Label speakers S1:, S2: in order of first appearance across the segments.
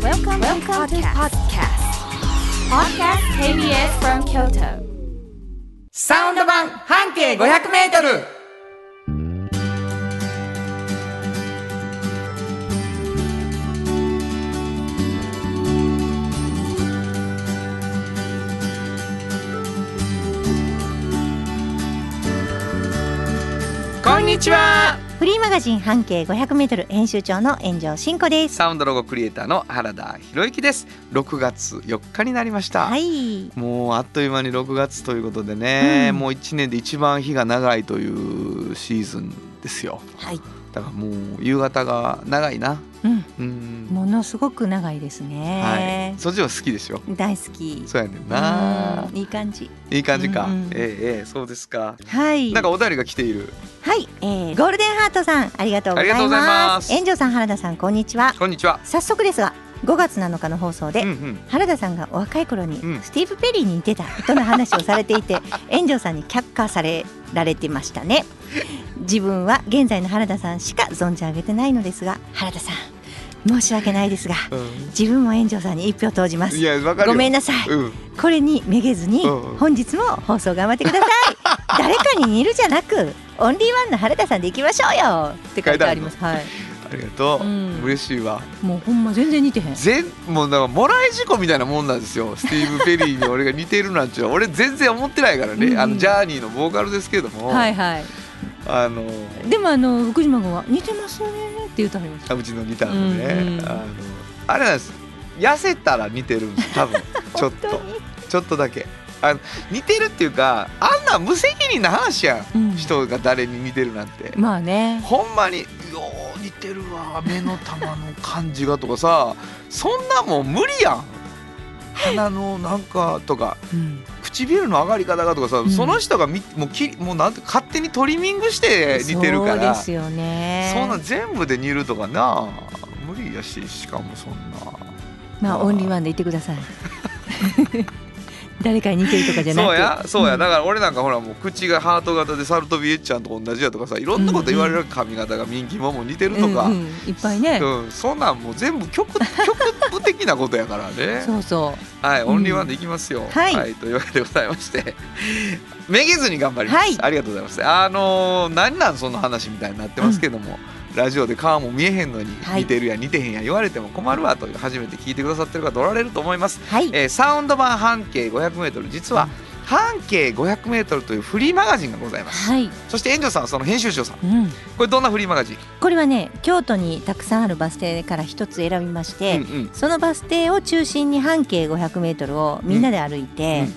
S1: Welcome, Welcome to podcast. Podcast KBS from Kyoto.
S2: サウンド版半径500メートルこんにちは
S3: フリーマガジン半径 500m 編集長の炎上真子です。
S2: サウンドロゴクリエイターの原田博之です6月4日になりました、
S3: はい。
S2: もうあっという間に6月ということでね、
S3: うん
S2: もう1年で一番日が長いというシーズンですよ
S3: はい。
S2: だからもう夕方が長いな
S3: うん。
S2: うん、
S3: ものすごく長いです
S2: は
S3: ね
S2: い。そっちは好きでしょ
S3: 大好き。
S2: そうやねんな
S3: うんいい感じ。
S2: いい感じか、
S3: うんうん
S2: ええええそうですか
S3: はい。
S2: なんかお便りが来ている
S3: はい、えーゴールデンハートさん、ありがとうござい
S2: ありがとうござい
S3: ま。
S2: ますす
S3: 炎上さん、原田さん、こんにちは。
S2: こんにちは
S3: 早速ですが、5月7日の放送で、
S2: うんうん
S3: 原田さんがお若い頃に
S2: うん
S3: スティーブ・ペリーに似てたとの話をされてい て炎上さんに却下されられてましたね自分は現在の原田さんしか存じ上げてないのですが原田さん申し訳ないですが
S2: うん
S3: 自分も炎上さんに一票投じま
S2: い
S3: す
S2: やわかるよ
S3: ごめんなさい
S2: うん
S3: これにめげずに
S2: うんうん
S3: 本日も放送頑張ってくださ い誰かに似るじゃなくオンリーワンの原田さんでいきましょうよって書いてありますはい
S2: ありがとう、
S3: うん
S2: 嬉しいわ
S3: もうほんま全然似てへん
S2: 全もうだからもらい事故みたいなもんなんですよスティーブ・ペリーに俺が似てるなんていうのは俺全然思ってないからね、
S3: うんうん
S2: あのジャーニーのボーカルですけれども、
S3: はいはい
S2: あの
S3: でもあの福島君は似てますねって言うとありました
S2: うちのギターのね、
S3: うんうん
S2: あのあれなんです痩せたら似てるんです 多分ちょっとちょっとだけあの似てるっていうかあんな無責任な話やん、
S3: うん
S2: 人が誰に似てるなんて、
S3: まあね
S2: ほんまに「よう似てるわ目の玉の感じが」とかさそんなもん無理やん鼻のなんかとか
S3: うん
S2: 唇の上がり方がとかさ、
S3: ん
S2: その人がみもうきもうなんて勝手にトリミングして似てるか
S3: そうで
S2: ら
S3: すよね
S2: そんな全部で似るとかな無理やししかもそんな
S3: まあオンリーワンで言ってください 誰かに似てるとかじゃなく
S2: そうやそうや、
S3: ん
S2: だから俺なんかほらもう口がハート型でサルトビエッチャンと同じやとかさいろんなこと言われる、髪型がミンキモも似てるとか、
S3: うんうんいっぱいね、
S2: うん、そんなんもう全部局局部的なことやからね。
S3: そうそ
S2: はい、
S3: ん
S2: オンリーワンでいきますよ。
S3: はい
S2: というわけでございまして、 めげずに頑張ります。
S3: はい
S2: ありがとうございます。あのー何なんその話みたいになってますけども、ラジオで顔も見えへんのに、
S3: はい
S2: 似てるや似てへんや言われても困るわという初めて聞いてくださってる方おられると思います。
S3: うはい、
S2: えーサウンド版半径 500m 実は半径 500m というフリーマガジンがございます。
S3: はい、
S2: そして遠藤さんはその編集長さん。
S3: うん、
S2: これどんなフリーマガジン？
S3: これはね京都にたくさんあるバス停から一つ選びまして、
S2: うんうん。
S3: そのバス停を中心に半径 500m をみんなで歩いて、で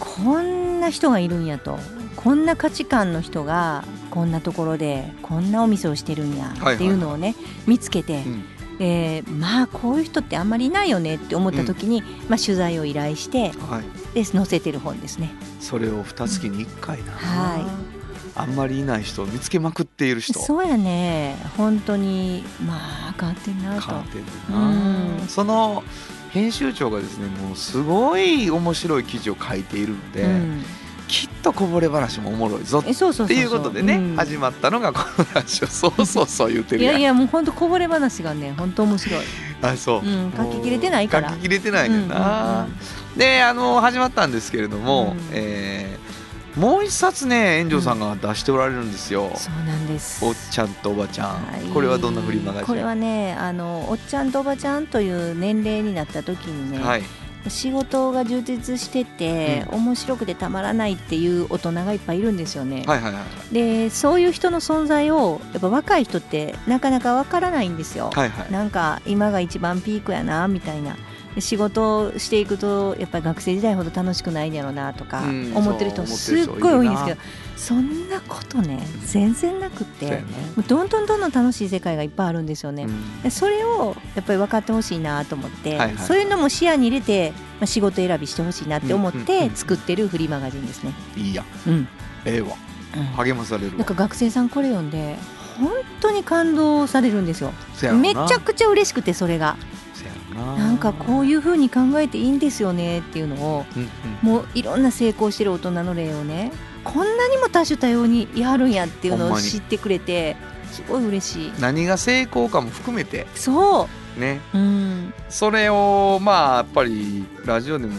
S3: こんな人がいるんやとこんな価値観の人がこんなところでこんなお店をしてるんや
S2: はいはい
S3: っていうのをね見つけて、
S2: うん
S3: でまあこういう人ってあんまりいないよねって思った時に、まあ、取材を依頼して
S2: はい。
S3: で載せてる本ですね。
S2: それを二月に一回な、
S3: は
S2: あんまりいない人を見つけまくっている人
S3: そうやね本当にまあ変わってんなと。
S2: 観点で
S3: うん
S2: なその編集長がですねもうすごい面白い記事を書いているので、
S3: うん
S2: きっとこぼれ話もおもろいぞ
S3: えそうそうそうそ
S2: っていうことでね
S3: うん
S2: 始まったのがこの話をそうそうそう言って
S3: い
S2: るやん
S3: やいやもう本当こぼれ話がね本当面白い。
S2: あそう、
S3: うん書ききれてないから
S2: 書ききれてないねんな、
S3: うんうん
S2: であの始まったんですけれども、
S3: うん
S2: えーもう一冊ね炎上さんが出しておられるんですよ、
S3: そうなんです。
S2: おっちゃんとおばちゃん、
S3: はい
S2: これはどんなフリーマガジン
S3: これはねあのおっちゃんとおばちゃんという年齢になった時にね、
S2: はい
S3: 仕事が充実してて、面白くてたまらないっていう大人がいっぱいいるんですよね、
S2: はいはいはい
S3: でそういう人の存在をやっぱ若い人ってなかなかわからないんですよ、
S2: はいはい
S3: なんか今が一番ピークやなみたいなで仕事をしていくとやっぱり学生時代ほど楽しくないんやろうなとか
S2: うん
S3: 思ってる人
S2: そう
S3: す
S2: 思
S3: っ
S2: ってる人
S3: ごい多いんです
S2: い
S3: け
S2: る
S3: どそんなことね全然なくって、
S2: そうやね
S3: もうどんどんどんどん楽しい世界がいっぱいあるんですよね。
S2: うん
S3: でそれをやっぱり分かってほしいなと思って、
S2: はいはい
S3: そういうのも視野に入れて、まあ、仕事選びしてほしいなって思っ
S2: うんうんうん
S3: て作ってるフリーマガジンですね。
S2: いいやん
S3: うん
S2: ええわ励まされる
S3: な
S2: わ
S3: んか学生さんこれ読んで本当に感動されるんですよ
S2: せやろな
S3: めちゃくちゃ嬉しくてそれが
S2: せやろな
S3: なんかこういう風に考えていいんですよねっていうのを
S2: うんうん
S3: もういろんな成功してる大人の例をねこんなにも多種多様にやるんやっていうの
S2: ほん
S3: を
S2: まに
S3: 知ってくれてすごい嬉しい
S2: 何が成功かも含めて
S3: そう
S2: ね
S3: うん
S2: それをまあやっぱりラジオでも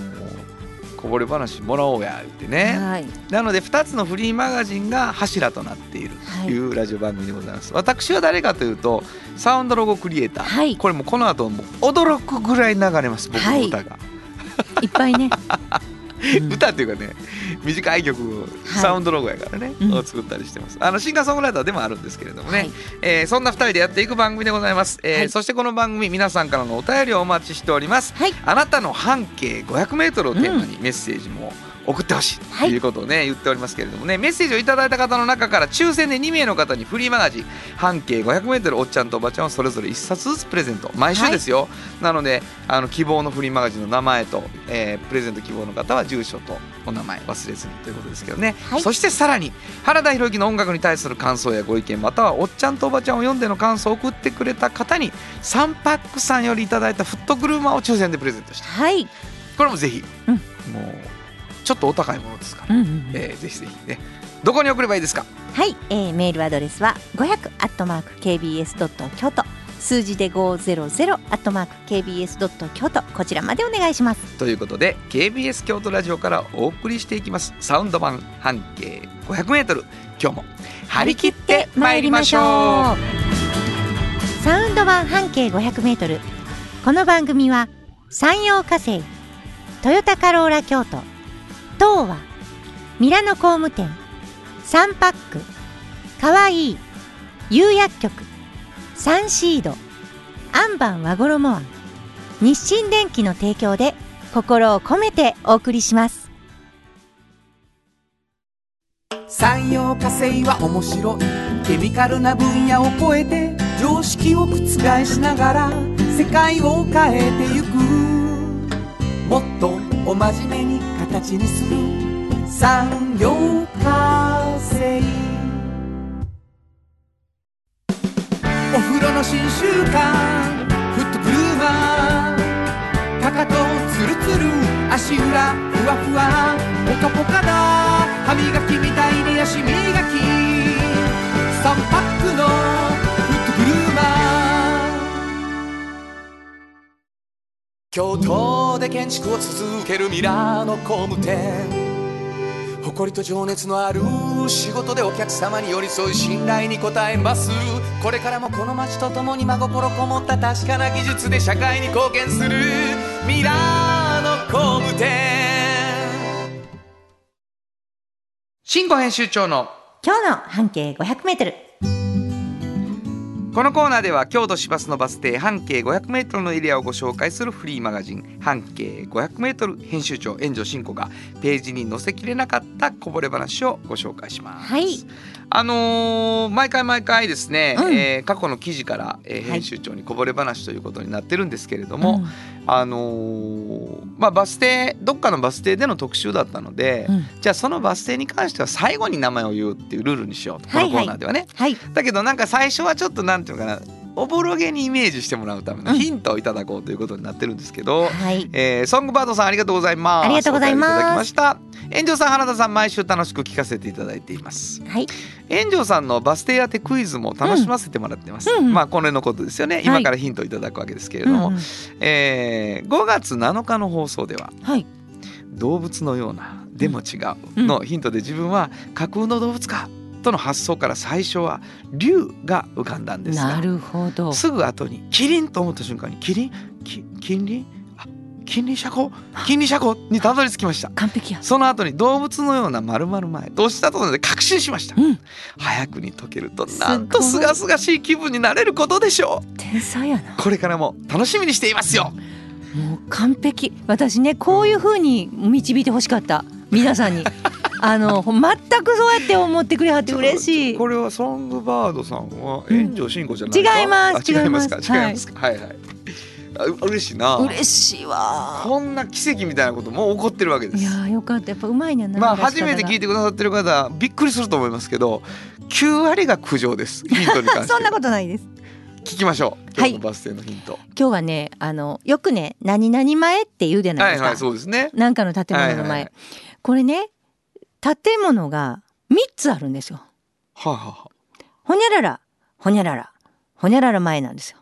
S2: こぼれ話もらおうや言ってね、
S3: はい
S2: なので2つのフリーマガジンが柱となっている
S3: は
S2: とい
S3: いう
S2: ラジオ番組でございます、私は誰かというとサウンドロゴクリエイター、
S3: はい
S2: これもこの後もう驚くぐらい流れます僕
S3: は
S2: の
S3: い
S2: 歌が、
S3: いっぱい ね、うん
S2: 歌っていうかね短い曲をサウンドロゴやからね、
S3: うん
S2: を作ったりしてますあのシンガーソングライターでもあるんですけれどもね、
S3: はい
S2: えーそんな2人でやっていく番組でございます、えー
S3: はい
S2: そしてこの番組皆さんからのお便りをお待ちしております
S3: はい
S2: あなたの半径 500m をテーマにメッセージも送ってほしいと
S3: はい
S2: いうことをね、言っておりますけれどもねメッセージをいただいた方の中から抽選で2名の方にフリーマガジン半径 500m おっちゃんとおばちゃんをそれぞれ1冊ずつプレゼント毎週ですよ、なのであの希望のフリーマガジンの名前と、えープレゼント希望の方は住所とお名前忘れずにということですけどね、
S3: はい
S2: そしてさらに原田裕之の音楽に対する感想やご意見またはおっちゃんとおばちゃんを読んでの感想を送ってくれた方にサンパックさんよりいただいたフットグルーマーを抽選でプレゼントした
S3: はい、
S2: これもぜひ、
S3: うん
S2: もうちょっとお高いものですから、
S3: うんうんうん
S2: えーぜひぜひねどこに送ればいいですか
S3: はい、えー、メールアドレスは500アットマーク kbs ドット京都数字で500アットマーク kbs ドット京都こちらまでお願いします。
S2: ということで KBS 京都ラジオからお送りしていきますサウンド版半径 500m 今日も張り切ってまいりましょう
S3: サウンド版半径500メートル。この番組は山陽火星、トヨタカローラ京都、東和、ミラノ工務店、サンパック、かわいい、釉薬局、サンシード、アンバン和衣庵、日清電機の提供で心を込めてお送りします。
S4: 産業化成は面白いケミカルな分野を超えて常識を覆しながら世界を変えてゆくもっとお真面目に形にする産業化成お風呂の新習慣フットグルーマーかかとつるつる足裏ふわふわポカポカだ歯磨きみたいに足磨き3パックのフットグルーマー京都で建築を続けるミラーの工務店誇りと情熱のある仕事でお客様に寄り添い信頼に応えますこれからもこの街とともに真心こもった確かな技術で社会に貢献するミラーの工務店
S2: 新語編集長の
S3: 今日の半径500メートル。
S2: このコーナーでは京都市バスのバス停半径 500m のエリアをご紹介するフリーマガジン「半径 500m」編集長円城信子がページに載せきれなかったこぼれ話をご紹介します。
S3: はい
S2: あのー毎回毎回ですね、
S3: うん
S2: えー過去の記事から、えー
S3: い
S2: 編集長にこぼれ話ということになってるんですけれども、あのーまあ、バス停どっかのバス停での特集だったので、
S3: うん
S2: じゃあそのバス停に関しては最後に名前を言うっていうルールにしようとこ
S3: はいは
S2: の
S3: い
S2: コーナーではね。
S3: はい。
S2: だけどなんか最初はちょっとなんていうのかなおぼろげにイメージしてもらうための
S3: うん
S2: ヒントをいただこうということになってるんですけど、
S3: はい。
S2: えーソングバードさんありがとうございます
S3: ありがとうございます
S2: お便りいただきました炎上さん原田さん毎週楽しく聞かせていただいています
S3: はい。
S2: 炎上さんのバス停当てクイズも楽しませてもらってます、
S3: うんうん
S2: まあこれのことですよね今からヒントをいただくわけですけれども、
S3: うん
S2: えー5月7日の放送では
S3: はい。
S2: 動物のようなでも違うのヒントで自分は架空の動物かとの発想から最初は竜が浮かんだんです
S3: な
S2: が
S3: るほど。
S2: すぐ後にキリンと思った瞬間にキリンき金輪あ金輪車庫金輪車庫にたどり着きました
S3: 完璧や。
S2: その後に動物のようなまるまる前としたところで確信しました、
S3: うん
S2: 早くに解けるとなんと
S3: す
S2: す
S3: ごい
S2: がすがしい気分になれることでしょ
S3: 天才やな。
S2: うこれからも楽しみにしていますよ
S3: もう完璧。私ねこういう風に導いて欲しかった。皆さん に。あのほん全くそうやって思ってくれはって嬉しい。
S2: これはソングバードさんは
S3: うん
S2: 炎上信子じゃないか、
S3: 違います
S2: あ違いますか
S3: 違います
S2: 違いますかはいはいあう嬉しいな
S3: 嬉しいわ。
S2: こんな奇跡みたいなことも起こってるわけで
S3: い
S2: す
S3: やーよかった。やっぱうまいね。
S2: まあ初めて聞い
S3: い
S2: てくださってる方びっくりすると思いますけど9割が苦情ですヒントに関して
S3: そんなことないです。
S2: 聞きましょう今
S3: はい
S2: 日のバス停のヒント、
S3: 今日はねあのよくね何々前って言うじゃない
S2: は
S3: で
S2: い
S3: すか。
S2: はいそうですね
S3: なんかの建物の前。
S2: はいはいはい
S3: これね建物が三つあるんですよ。
S2: はあ、はあ、
S3: ほにゃららほにゃららほにゃらら前なんですよ。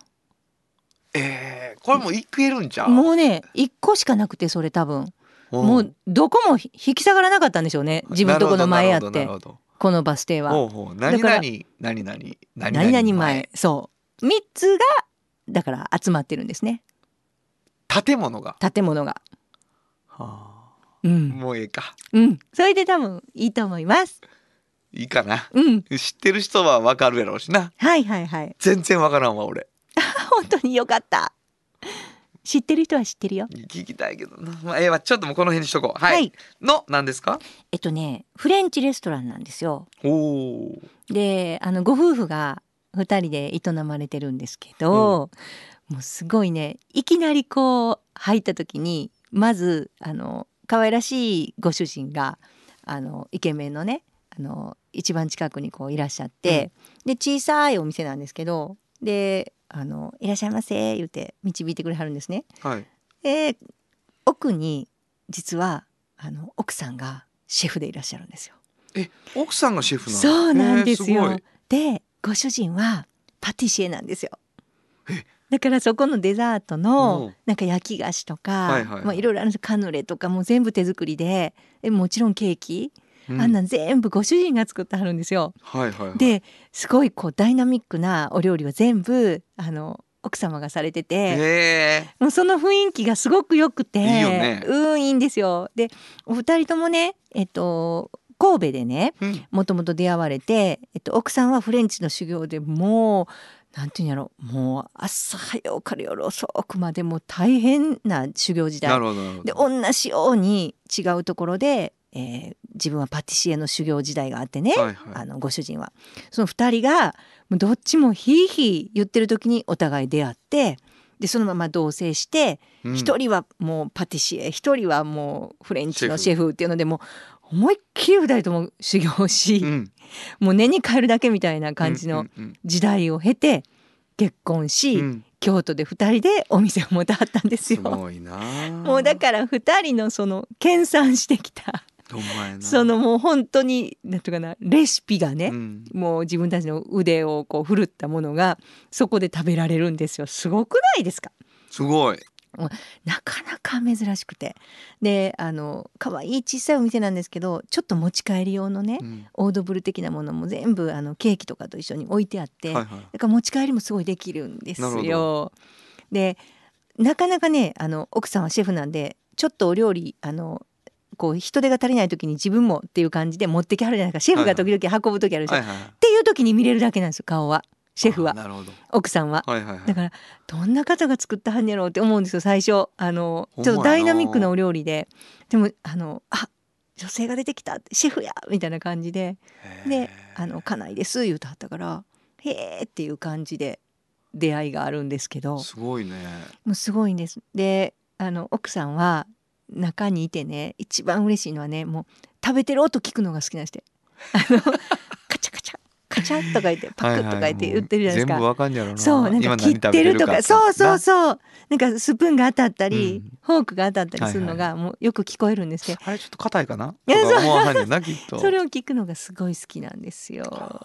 S2: えー、これもういけるんちゃう
S3: もうね一個しかなくてそれ多分
S2: うん
S3: もうどこも引き下がらなかったんでしょうね自分とこの前やっ
S2: なる
S3: て
S2: ほどなるほど
S3: このバス停は
S2: ほうほう何
S3: だから
S2: 々何々
S3: 何々前そう3つがだから集まってるんですね
S2: 建物が、
S3: 建物が
S2: は
S3: うん
S2: あ、 もうええか
S3: うん、それで多分いいと思います。
S2: いいかな
S3: うん、
S2: 知ってる人はわかるやろうしな
S3: はいはいはい。
S2: 全然わからんわ俺
S3: 本当に良かった。知ってる人は知ってるよ。
S2: 聞きたいけどな、まあ、ええわちょっともうこの辺にしとこうはい、の何ですか
S3: えっとね、フレンチレストランなんですよ。
S2: おお
S3: で、あのご夫婦が二人で営まれてるんですけど、もうすごいね、いきなりこう入った時にまずあの可愛らしいご主人があのイケメンのね、あの一番近くにこういらっしゃって、で小さいお店なんですけど、で。あのいらっしゃいませ言って導いてくれはるんですね。
S2: はい
S3: で奥に実はあの奥さんがシェフでいらっしゃるんですよ。
S2: 奥さんがシェフなの
S3: そうなんです
S2: へえ
S3: よ。
S2: ごい
S3: でご主人はパティシエなんですよ。だからそこのデザートの
S2: うん
S3: なんか焼き菓子とか、
S2: はいはいはい
S3: まあいろいろあるんですカヌレとかも全部手作りでえもちろんケーキ、
S2: うん
S3: あんなん全部ご主人が作ってはるんですよ。
S2: はいはいはい
S3: ですごいこうダイナミックなお料理は全部あの奥様がされてて。
S2: へ
S3: もうその雰囲気がすごく良くて
S2: いいよね
S3: うんいいんですよでお二人ともねえっと神戸でね
S2: えうん
S3: もともと出会われて、えっと、奥さんはフレンチの修行でもうなんていうんやろもう朝早うから夜遅くまでもう大変な修行時
S2: な
S3: 代
S2: るほどなるほ
S3: で
S2: ど
S3: 同じように違うところで、えー自分はパティシエの修行時代があってね、
S2: はいは
S3: あ
S2: い
S3: のご主人はその2人がもうどっちもひいひい言ってる時にお互い出会ってでそのまま同棲して
S2: うん
S3: 一、人はもうパティシエ一人はもうフレンチの
S2: シ
S3: シェフっていうのでもう思いっきり二人とも修行し、
S2: うん
S3: もう根に帰るだけみたいな感じの
S2: うん
S3: 時代を経て結婚し、
S2: うんうん
S3: 京都で二人でお店を持たはったんです
S2: す
S3: よ。も
S2: ごいな
S3: うだから二人のその研鑽してきた
S2: らお前な
S3: そのもう本当になんていうかなレシピがね、
S2: うん
S3: もう自分たちの腕をこう振るったものがそこで食べられるんですよすごくないですか
S2: すごい
S3: なかなか珍しくてであの可愛い小さいお店なんですけどちょっと持ち帰り用のね、
S2: うん
S3: オードブル的なものも全部あのケーキとかと一緒に置いてあって、
S2: はいはい
S3: だから持ち帰りもすごいできるんです
S2: なるほ
S3: よ。でなかなかねあの奥さんはシェフなんでちょっとお料理あのこう人手が足りない時に自分もっていう感じで持ってきはるじゃないですかシェフが時々運ぶ時あるでしょ、
S2: はいはいはい
S3: っていう時に見れるだけなんですよ顔はシェフ
S2: あ
S3: は
S2: なるほど
S3: 奥さんは。
S2: はいはいはい
S3: だからどんな方が作ったはんやろうって思うんですよ最初あの
S2: ほん
S3: ち
S2: ま
S3: ょ
S2: や
S3: っと
S2: な
S3: ダイナミックなお料理ででもあのあ女性が出てきたシェフやみたいな感じでで「あの家内です」言うてはったから「へえ」っていう感じで出会いがあるんですけど
S2: すごいね
S3: もうすごいんです。であの奥さんは中にいてね一番嬉しいのはねもう食べてる音聞くのが好きなんですってあ のカチャカチャカチャとか言ってパクッとか言って言ってるじゃないですか。
S2: 全部わかんねやろな
S3: そうなんか
S2: 今
S3: 切っ
S2: 何食べ
S3: てるとか
S2: って
S3: そうそう
S2: な
S3: そうなんかスプーンが当たったり、
S2: うん
S3: フォークが当たったりするの
S2: は
S3: がもうよく聞こえるんですけど、
S2: あれちょっと硬いかない
S3: や
S2: とか思わはんねんなきっと
S3: それを聞くのがすごい好きなんですよ。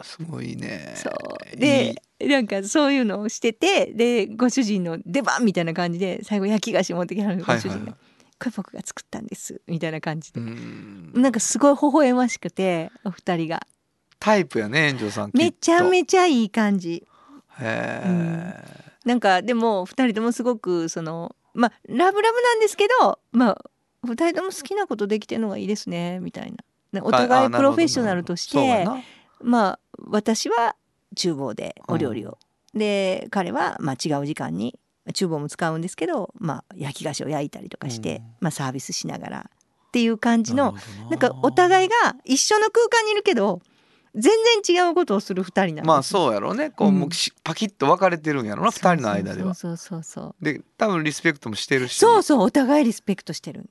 S2: すごいね
S3: そうでなんかそういうのをしててでご主人の出番みたいな感じで最後焼き菓子持ってきはる
S2: いい
S3: ご
S2: はい
S3: 主人が、
S2: はいはい
S3: これ僕が作ったんです」みたいな感じで、
S2: うん
S3: なんかすごい微笑ましくてお二人が
S2: タイプやね園長さん
S3: めちゃ
S2: ち
S3: めちゃいい感じ
S2: ゃへえ
S3: なんかでも二人ともすごくそのまあラブラブなんですけどまあ二人とも好きなことできてるのがいいですねみたいなねお互いプロフェッショナルとして
S2: そうやな
S3: まあ私は厨房でお料理を、で彼はまあ違う時間に厨房も使うんですけど、まあ、焼き菓子を焼いたりとかして、
S2: うん
S3: まあ、サービスしながらっていう感じの
S2: るほど
S3: なんかお互い
S2: い
S3: が一緒の空間にいるけど全然違うことをする二人なんです
S2: まあそうやろうねこう
S3: うん
S2: もうしパキッと分かれてるんやろな二人の間では
S3: そうそうそうそう
S2: で多分リスペクトもしてるし
S3: そうそうお互いリスペクトしてるんで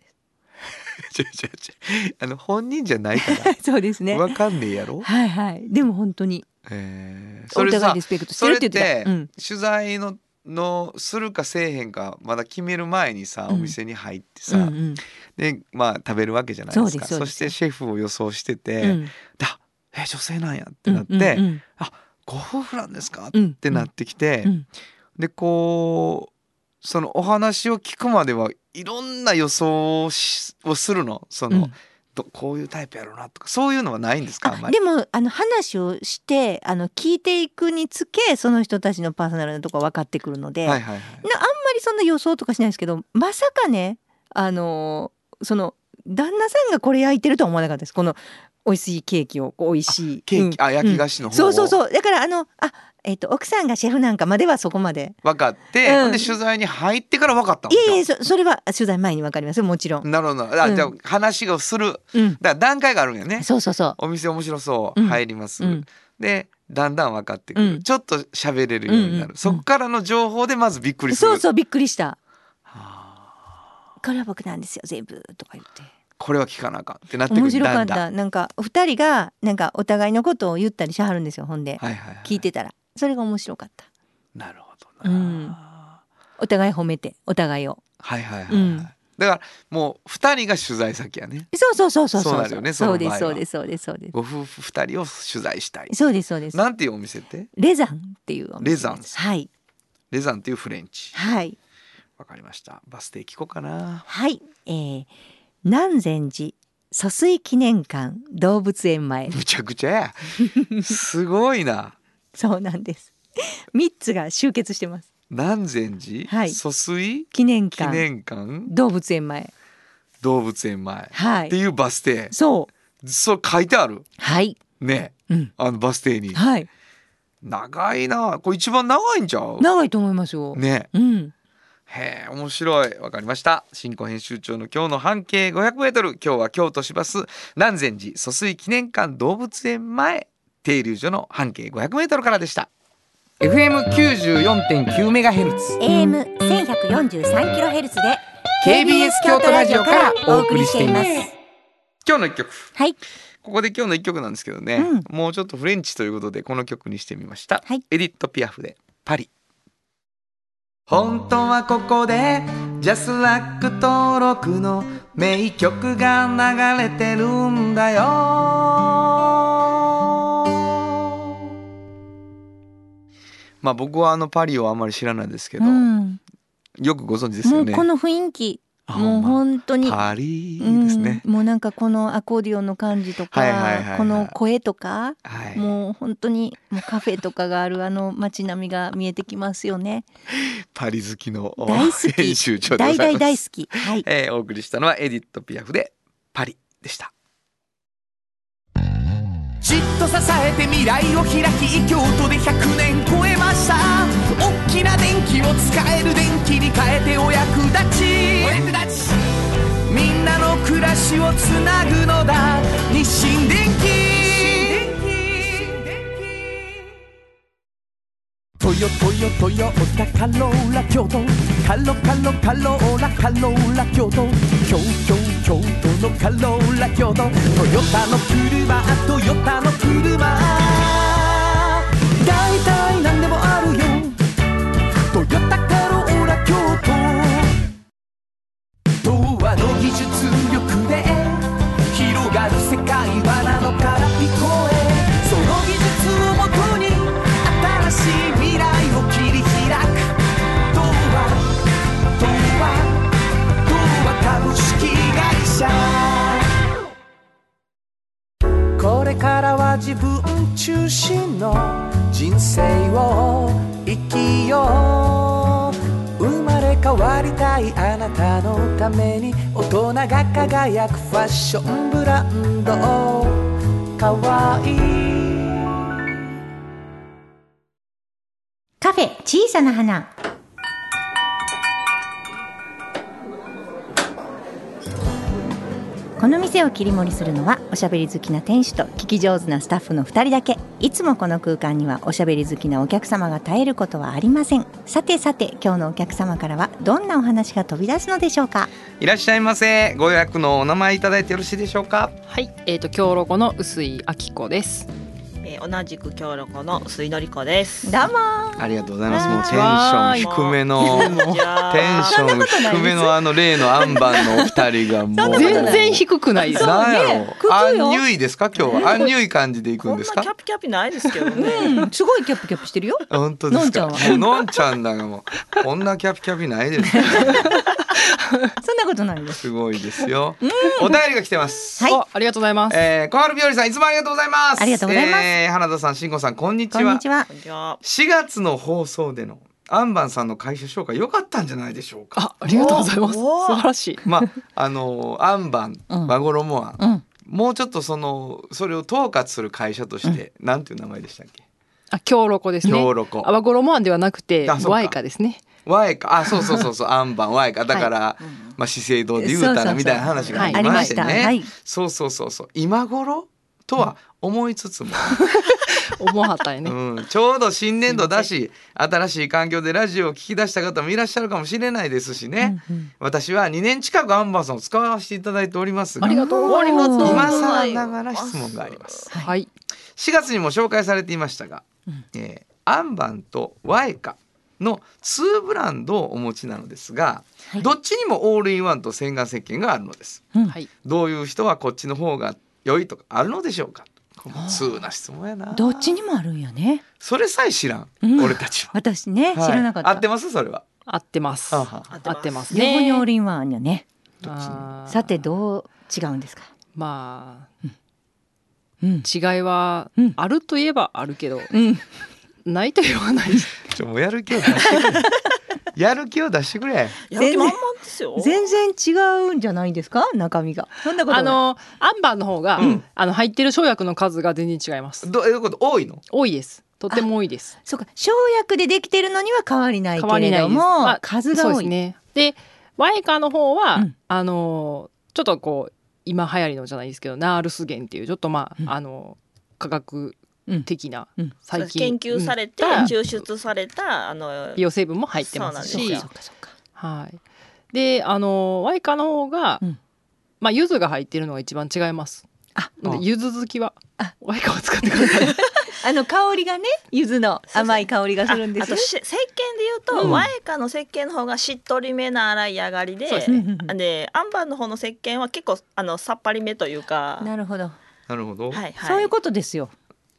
S2: 違う違う違うあの本人じゃないから
S3: すそうですね
S2: わかんねえやろ
S3: はいはいでも本当に
S2: えーそ
S3: お
S2: れ
S3: 互い
S2: さ
S3: リスペクトしてるって言ってた
S2: それ
S3: うん
S2: 取材ののするかせえへんかまだ決める前にさ
S3: う
S2: お
S3: ん
S2: 店に入って
S3: う
S2: さ
S3: んうん
S2: でまあ食べるわけじゃないですか
S3: そうですそう
S2: そ
S3: で
S2: し
S3: す
S2: てシェフを予想して
S3: う
S2: て
S3: ん
S2: 「だえ女性なんや」ってなっ
S3: うんうん
S2: て
S3: うん
S2: 「ご夫婦なんですか?」っ
S3: うん
S2: てなってきて
S3: うん
S2: でこうそのお話を聞くまではいろんな予想をしをするのその、
S3: うん
S2: どこういうタイプやろうなとかそういうのはないんですかあん
S3: あ
S2: まり
S3: でもあの話をしてあの聞いていくにつけその人たちのパーソナルなとこは分かってくるので、
S2: は
S3: ない
S2: はいはい
S3: あんまりそんな予想とかしないですけどまさかねあのその旦那さんがこれ焼いてるとは思わなかったですこの美味しいケーキをこう美味しい
S2: ケーキ、
S3: うん
S2: あ焼き菓子の方を
S3: そうそうそうだからあのあえっ、と奥さんがシェフなんかまではそこまで
S2: 分かって、
S3: うん
S2: ほんで取材に入ってから分かったの
S3: いえいえそそれは取材前に分かりますよもちろん、
S2: なるほどあ、
S3: うん
S2: じゃあ話をする
S3: うん、
S2: だから段階があるんやね
S3: そうそうそ
S2: お店面白そう、
S3: うん
S2: 入ります、
S3: う、うん、
S2: でだんだん分かってく
S3: う
S2: る、
S3: ん
S2: ちょっと喋れるようになる、
S3: うんうん
S2: そっからの情報でまずびっくりする
S3: そうそうびっくりした
S2: はあ
S3: これは僕なんですよ全部とか言って。
S2: これは聞かなあかんってなってくる
S3: 面白かっ
S2: だんだん
S3: たなんか二人がなんかお互いのことを言ったりしはるんですよほんで
S2: はいはい、はい、
S3: 聞いてたらそれが面白かった
S2: なるほどな、
S3: うん
S2: は
S3: お互い褒めてお互いを
S2: いはいはい、はい
S3: うん
S2: だからもう2人が取材先やね
S3: そうそうそうそう
S2: そう
S3: そ
S2: なるよねそ
S3: そ
S2: の
S3: うで
S2: 場合は
S3: すそうですそうですそうです
S2: ご夫婦2人を取材したい
S3: そうですそうです
S2: なんていうお店って
S3: レザンっていうお店です
S2: レザン
S3: はい
S2: レザンっていうフレンチ
S3: はい
S2: わかりましたバス停聞こうかな
S3: はいえー、南禅寺疎水記念館動物園前
S2: むちゃくちゃやすごいな
S3: そうなんです三つが集結してます
S2: 南禅寺、
S3: はい
S2: 疎水
S3: 記念
S2: 記
S3: 館
S2: 念館
S3: 動物園前
S2: 動物園前、
S3: は
S2: って
S3: い
S2: いうバス停
S3: そう
S2: そう書いてある
S3: はい
S2: ね
S3: うん
S2: あのバス停に
S3: はい
S2: 長いなこれ一番長いんちゃう
S3: 長いと思いますよ、
S2: ね
S3: うん
S2: へえ面白いわかりました新庫編集長の今日の半径 500m 今日は京都市バス南禅寺疎水記念館動物園前停留所の半径 500m からでした FM94.9 メガヘルツ
S1: AM 千百四十三キロヘルツで。
S2: KBS 京都ラジオからお送りしています今日の一曲
S3: はい
S2: ここで今日の一曲なんですけどね、
S3: うん
S2: もうちょっとフレンチということでこの曲にしてみました、
S3: はい
S2: エディット・ピアフでパリ本当はここでジャスラック登録の名曲が流れてるんだよまあ僕はあのパリをあんまり知らないですけど、
S3: うん、
S2: よくご存知です
S3: も
S2: よ
S3: う
S2: ね
S3: この雰囲気、
S2: あ
S3: もう
S2: ほんま
S3: 本当に。
S2: パリですね、
S3: うん、もうなんかこのアコーディオンの感じとか、
S2: はいはいはいはい
S3: この声とか、
S2: はい
S3: もう本当にもうカフェとかがあるあの街並みが見えてきますよ ね。
S2: パリ好きの
S3: 大好
S2: 編
S3: き、
S2: 集長でご
S3: 大
S2: ざい
S3: 大
S2: ます
S3: 大好き。はい。
S2: えーお送りしたのはエディット・ピアフで「パリ」でした
S4: じっと支えて未来を開き京都で100年超えました大きな電気を使える電気に変えてお役立ちみんなの暮らしをつなぐのだ日清電気トヨトヨトヨタカローラ京都カロカロカローラカローラ京都京京京都のカローラ京都トヨタの車トヨタの車だいたいなんでもあるよトヨタカローラ京都童話の技術力で広がる世界はなのから聞こえその技術をもとに新しい未来を切り開く童話童話童話株式会社これからは自分中心の人生を生きよう生まれ変わりたいあなたのために大人が輝くファッションブランドかわいい
S3: カフェ小さな花。この店を切り盛りするのはおしゃべり好きな店主と聞き上手なスタッフの2人だけいつもこの空間にはおしゃべり好きなお客様が絶えることはありませんさてさて今日のお客様からはどんなお話が飛び出すのでしょうか
S2: いらっしゃいませご予約のお名前いただいてよろしいでしょうか
S5: はい、えっ、と京ロゴの薄井明子です。
S3: えー
S5: 同じく京子の薄井のり子です。
S3: どうも
S2: ありがとうございます。もうテンシ
S5: わーい
S2: ョン低めの
S5: こんにちは
S2: テンション低めのあの例のアンバンのお二人がもう
S6: 全然低くないです。
S2: なんやろ
S3: ね苦
S2: アン
S3: 痛
S2: ニ
S3: よ
S2: ュイですか今日はアンニュイ感じでいく
S5: こ
S2: ん
S5: ん
S2: で
S5: な
S2: す
S5: キ
S2: か
S5: ャピキャピないですけ どね。
S3: うんすごいキャップキャップしてるよ
S2: 本当ですか
S3: のんち
S2: もうのんちゃんだがもうこんなキャピキャピないですよ
S3: そんなことないです
S2: すごいですよお便りが来てます
S3: はい
S6: あありがとうございます。
S2: えー小春日和さんいつもありがとうございます
S3: ありがとうございます
S2: えー花田さん慎吾さんこんにち
S3: こん
S2: は
S3: にちは
S5: こんにちは。
S2: 4月の放送でのアンバンさんの会社紹介良かったんじゃないでしょうか
S6: あ、ありがとうございます。
S3: おー
S6: 素晴らしい。
S2: まああのアンバン
S3: うん
S2: 和衣アン
S3: うん
S2: もうちょっとそのそれを統括する会社として、なんていう名前でしたっけ
S6: あ、京ロコですね。
S2: 京ロコ
S6: あ、和衣庵ではなくて
S2: あそう、か
S6: ワイカですね。
S2: ワエカあそうそう そうそうアンバンワエカだから、まあ資生堂で言う
S3: そうそう
S2: た
S3: そ
S2: ら
S3: う
S2: みたいな話があ
S6: はい
S2: りましてね、
S3: ありましたはい
S2: そうそうそうそう今頃とは思いつつも、
S6: 思わはったんやね。
S2: うん、ちょうど新年度だし新しい環境でラジオを聞き出した方もいらっしゃるかもしれないですしね、私は2年近くアンバンさんを使わせていただいておりますが
S6: ありがとう
S5: ありがとうございま
S2: 今
S5: す。
S2: 更ながら質問があります
S6: はい。
S2: 4月にも紹介されていましたが、えーアンバンとワイカの2ブランドをお持ちなのですが、どっちにもオールインワンと洗顔石鹸があるのです
S6: はい。
S2: どういう人はこっちの方が良いとかあるのでしょうかこの通な質問やな
S3: どっちにもあるんやね
S2: それさえ知らん、
S3: うん
S2: 俺たちは、
S3: 私 ね知
S2: はい
S3: らなかった
S2: 合ってますそれは
S6: 合ってます。
S2: あは
S6: 合ってます
S3: 両
S6: ね。
S3: 方にオールインワンあんやね
S6: あー
S3: さてどう違うんですか
S6: まあ
S3: うん
S6: 違いは
S3: うん
S6: あるといえばあるけど、
S3: うん
S6: ないと言わないです。
S2: ちょもうやる気を出してくれやる気を出してくれ
S5: やる気満々ですよ。
S3: 全然違うんじゃないですか中身がそんなこと
S6: あ
S3: ない
S6: のアンバーの方が、
S2: うん
S6: あの入ってる生薬の数が全然違います。
S2: どどういうこと多いの
S6: 多いです。とても多いです。
S3: そうか生薬でできてるのには変わりない
S6: 変わ
S3: け
S6: り
S3: れ
S6: ない
S3: ど
S6: です。
S3: も、
S6: まあ
S3: 数
S6: そ
S3: が
S6: うで
S3: 多
S6: す
S3: い、
S6: ね。で、ワイカーの方は、
S3: うん
S6: あのちょっとこう今流行りのじゃないですけど、ナールスゲンっていうちょっとまあ、
S3: うん
S6: あの科学的な、
S3: うん
S6: 最
S5: 研
S6: 近
S5: 究されて、
S6: うん
S5: 抽出されたあの
S6: 美容成分も入ってます
S5: そうなん
S6: し
S5: ですよ
S3: そうかそうか
S6: はい。で、あのワイカの方が、
S3: うん
S6: まあ柚子が入ってるのが一番違います。
S3: あ
S6: ので
S2: あ
S6: 柚子好きは
S3: あ
S6: ワイカを使ってください。
S3: あの香りがね柚子の甘い香りが
S5: あ
S3: するんで
S5: あ
S3: すよ
S5: とし石鹸で言うと、
S3: うん
S5: ワエカの石鹸の方がしっとりめな洗い上がりで
S6: そうです
S3: ねうんうんうん
S5: でアンバーの方の石鹸は結構あのさっぱりめというか
S3: なるほど、
S2: なるほど、
S5: はいはい、
S3: そういうことですよ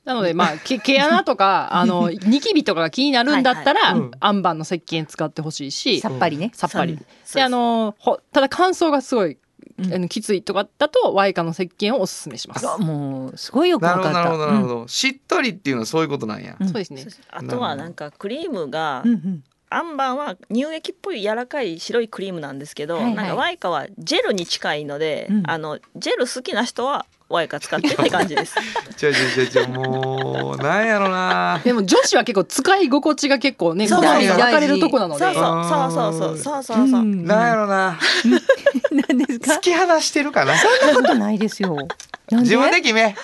S6: なのでまあけ毛穴とかあのニキビとかが気になるんだったら、
S2: はいはいうん
S6: アンバンの石鹸使ってほしいし、
S3: さっぱりね、
S6: さっぱり。
S5: そう
S6: であのほただ乾燥がすごい。
S3: うん
S6: あのきついとかだとワイカの石鹸をおすすめします。
S3: あ
S6: そ
S3: もうすごいよく
S2: な
S3: わ
S2: る
S3: か
S2: ほ
S3: っ
S2: ど
S3: た
S2: なるほどなるほど、しっとりっていうのはそういうことなんや、
S3: うん
S6: うですね
S5: そう。ですあとはなんかクリームが、
S3: うんうん
S5: アンバーは乳液っぽい柔らかい白いクリームなんですけど、
S3: はいはい
S5: なんかワイカはジェルに近いので、
S3: うん
S5: あのジェル好きな人はワイカ使ってって感じです。
S2: ちょちょちょちょもうなんやろな
S6: でも女子は結構使い心地が結構ね、
S5: そ
S6: 好
S5: うそう
S6: みが分かれるとこな
S5: そ
S6: の
S5: う
S6: で
S5: そう、そうそうそうそうそうそう。
S3: ん
S2: なんや
S3: 何
S2: ろな
S3: ですか
S2: 突き放してるかな
S3: そんなことないですよなん
S2: 自分で決め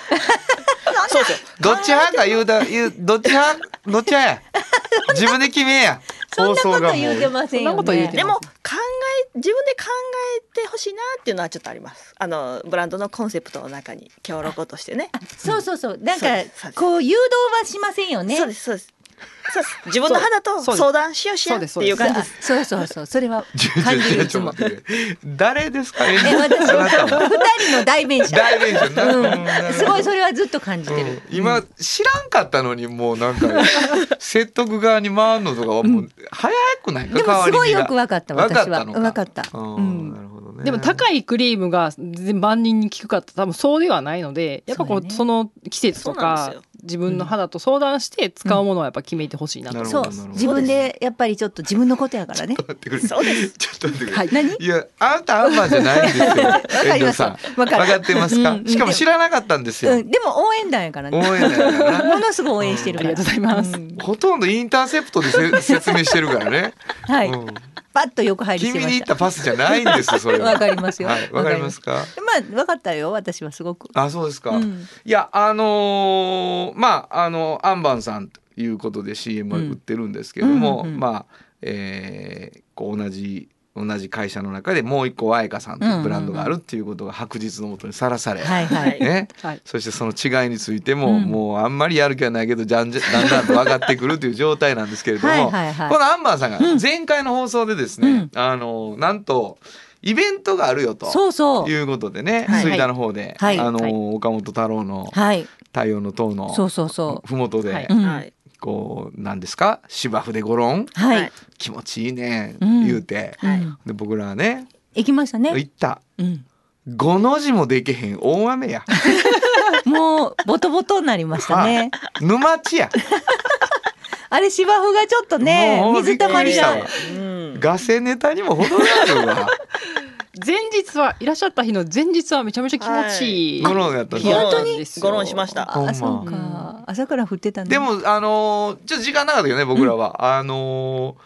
S5: そうですよ
S2: どっち派か言うた言うどっち派どっち派や自分で決めや
S3: そんなこと言うて
S2: う
S3: ませんよ、ね、
S6: そんなこと言うて
S5: でも考え自分で考えてほしいなっていうのはちょっとあります。あのブランドのコンセプトの中に協力としてね。
S3: そうそうそうなんか
S5: そうですそうです
S3: こう誘導はしませんよね
S5: そうですそうです。そうです自分の肌と
S6: そうです
S5: 相談しようし
S6: そ
S5: よう
S6: う
S5: っ
S6: です
S5: ていう感じです。
S3: そうそうそうそれは
S2: ちょ
S3: 感じ
S2: ち
S3: る
S2: ょ
S3: い
S2: ち
S3: つ
S2: ょ
S3: も
S2: 待って誰ですか
S3: え私
S2: あなたは
S3: 二人の代弁者
S2: 代弁者な
S3: うん、すごいそれはずっと感じて
S2: う
S3: る
S2: ん、今知らんかったのにもうなんか説得側に回るのとかはもう早くないか
S3: でもすごいよく
S2: わ
S3: 分かった私は
S2: 分
S3: 分
S2: か
S3: か
S2: っ
S3: ったた
S2: の
S3: う
S2: かうんなんるほどね
S6: でも高いクリームが全万人に効くかって多分そうではないのでやっぱこ
S3: そう
S6: う
S3: やね
S6: その季節と
S5: そうなん
S6: か
S5: ですよ
S6: 自分の肌と相談して使うものはやっぱ決めてほしいなと
S2: なるほ
S3: そう
S2: どなるほど
S3: 自分でやっぱりちょっと自分のことやからね
S2: 待ってくれ
S5: そうです。
S2: ちょっと待ってくれ、
S3: はい何
S2: いや、あんたアンマーじゃないんですよ。 わ
S3: かりました
S2: 分
S3: わかる
S2: かってますか
S3: う。ん
S2: しかも知らなかったんです
S3: う
S2: よ。
S3: ん、でも応援団やから
S2: 応
S3: ね
S2: 援だからな
S3: ものすごい応援してるから
S6: うんありがとうございます
S3: ん
S2: ほとんどインターセプト でせ説明してるからね。
S3: はい、
S2: うん
S3: パッと横入りして
S2: 君
S3: ま
S2: に
S3: し
S2: 行った
S3: た
S2: パスじゃないんですよ。それは。
S3: わかりますよ
S2: はいわかりますか。
S3: まあ分かったよ私はすごく
S2: あ、そうですか。
S3: うん
S2: いや、あのーまあ、あの、アンバンさんということで CM は売ってるんですけども、
S3: うんうんうん
S2: まあ、えーこう同じ同じ会社の中でもう一個愛華さんというブランドがあるっていうことが白日のもとにさらされ、
S3: はいはい
S5: い
S2: ね、
S6: はい。
S2: そしてその違いについて
S3: う
S2: も、
S3: ん
S2: もうあんまりやる気はないけどだんじゃだんだんと分かってくるという状態なんですけれども
S3: はいはいはい
S2: このアンバーさんが前回の放送でですね、
S3: うん
S2: あのなんとイベントがあるよと。
S3: そうそう
S2: いうことでね、
S3: はい
S2: 吹田の方で、
S3: はい
S2: あの、
S6: はい
S2: 岡本太郎の
S3: はい
S2: 太陽の塔の
S3: そうそうそ
S2: ふもとで、
S6: はいう
S3: うん
S5: は
S3: はい
S5: い
S2: こうなんですか芝生でゴロン
S3: はい
S2: 気持ちいいね、
S3: うん
S2: 言うて、
S5: はい
S3: うん
S2: で僕らはね
S3: 行きましたね
S2: 行った
S3: うん
S2: 5の字もできへん大雨や
S3: もうボトボトになりましたね
S2: 沼 地や
S3: あれ芝生がちょっとね
S2: もう
S3: 水たまり
S2: びっく
S3: が
S2: り
S5: うん
S2: ガセネタにも程があるわ
S6: 前日はいらっしゃった日の前日はめちゃめちゃ気持ちいい。
S2: ゴロンやったら
S5: 本
S2: さ
S5: 当
S6: そうなん
S5: に
S6: ですよ
S5: ゴロンしました。
S2: ほんま
S3: あそうか朝から降ってたね
S2: でもあのーちょっと時間なかったよね僕らは、あのー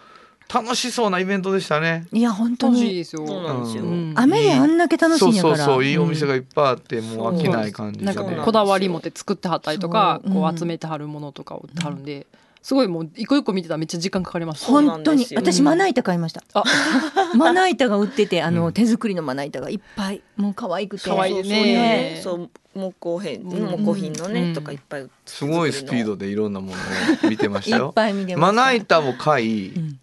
S2: 楽しそうなイベントでしたね
S3: いや本当
S6: 楽しい
S3: に
S6: ですよ。
S5: そうなんですよ。
S6: うん
S3: 雨であんだけ楽しい
S2: そ
S3: ん
S2: う
S3: やか
S2: そう
S3: ら
S2: そういいお店
S3: が
S2: がいっぱいあって、もう飽きない感じ
S6: な
S2: で
S6: んか
S5: そ
S6: こ
S5: うなんです
S6: う
S5: よ
S6: こだわり持って作ってはったりとか、
S3: そう
S6: こ
S3: うん
S6: う集めてはるものとかを売ってはるんで、すごいもう一個一個見てたらめっちゃ時間かかりました。
S5: ほん
S3: 本当に
S5: そうなんです
S3: 私
S5: よ
S3: まな板買いました
S6: あ、
S3: まな板が売っててあ
S2: う
S3: の
S2: ん
S3: 手作りのまな板がいっぱいもう可愛くて
S6: 可愛い
S5: そう
S6: ね
S5: そうそう木工品、
S6: うん
S5: 木工品のね、
S6: うん
S5: とかいっぱい売って
S2: すごいスピードでいろんなものを見てまし
S3: い
S2: た
S3: っ
S2: よ
S3: ぱい見てま
S2: ますな板も買い、
S3: うん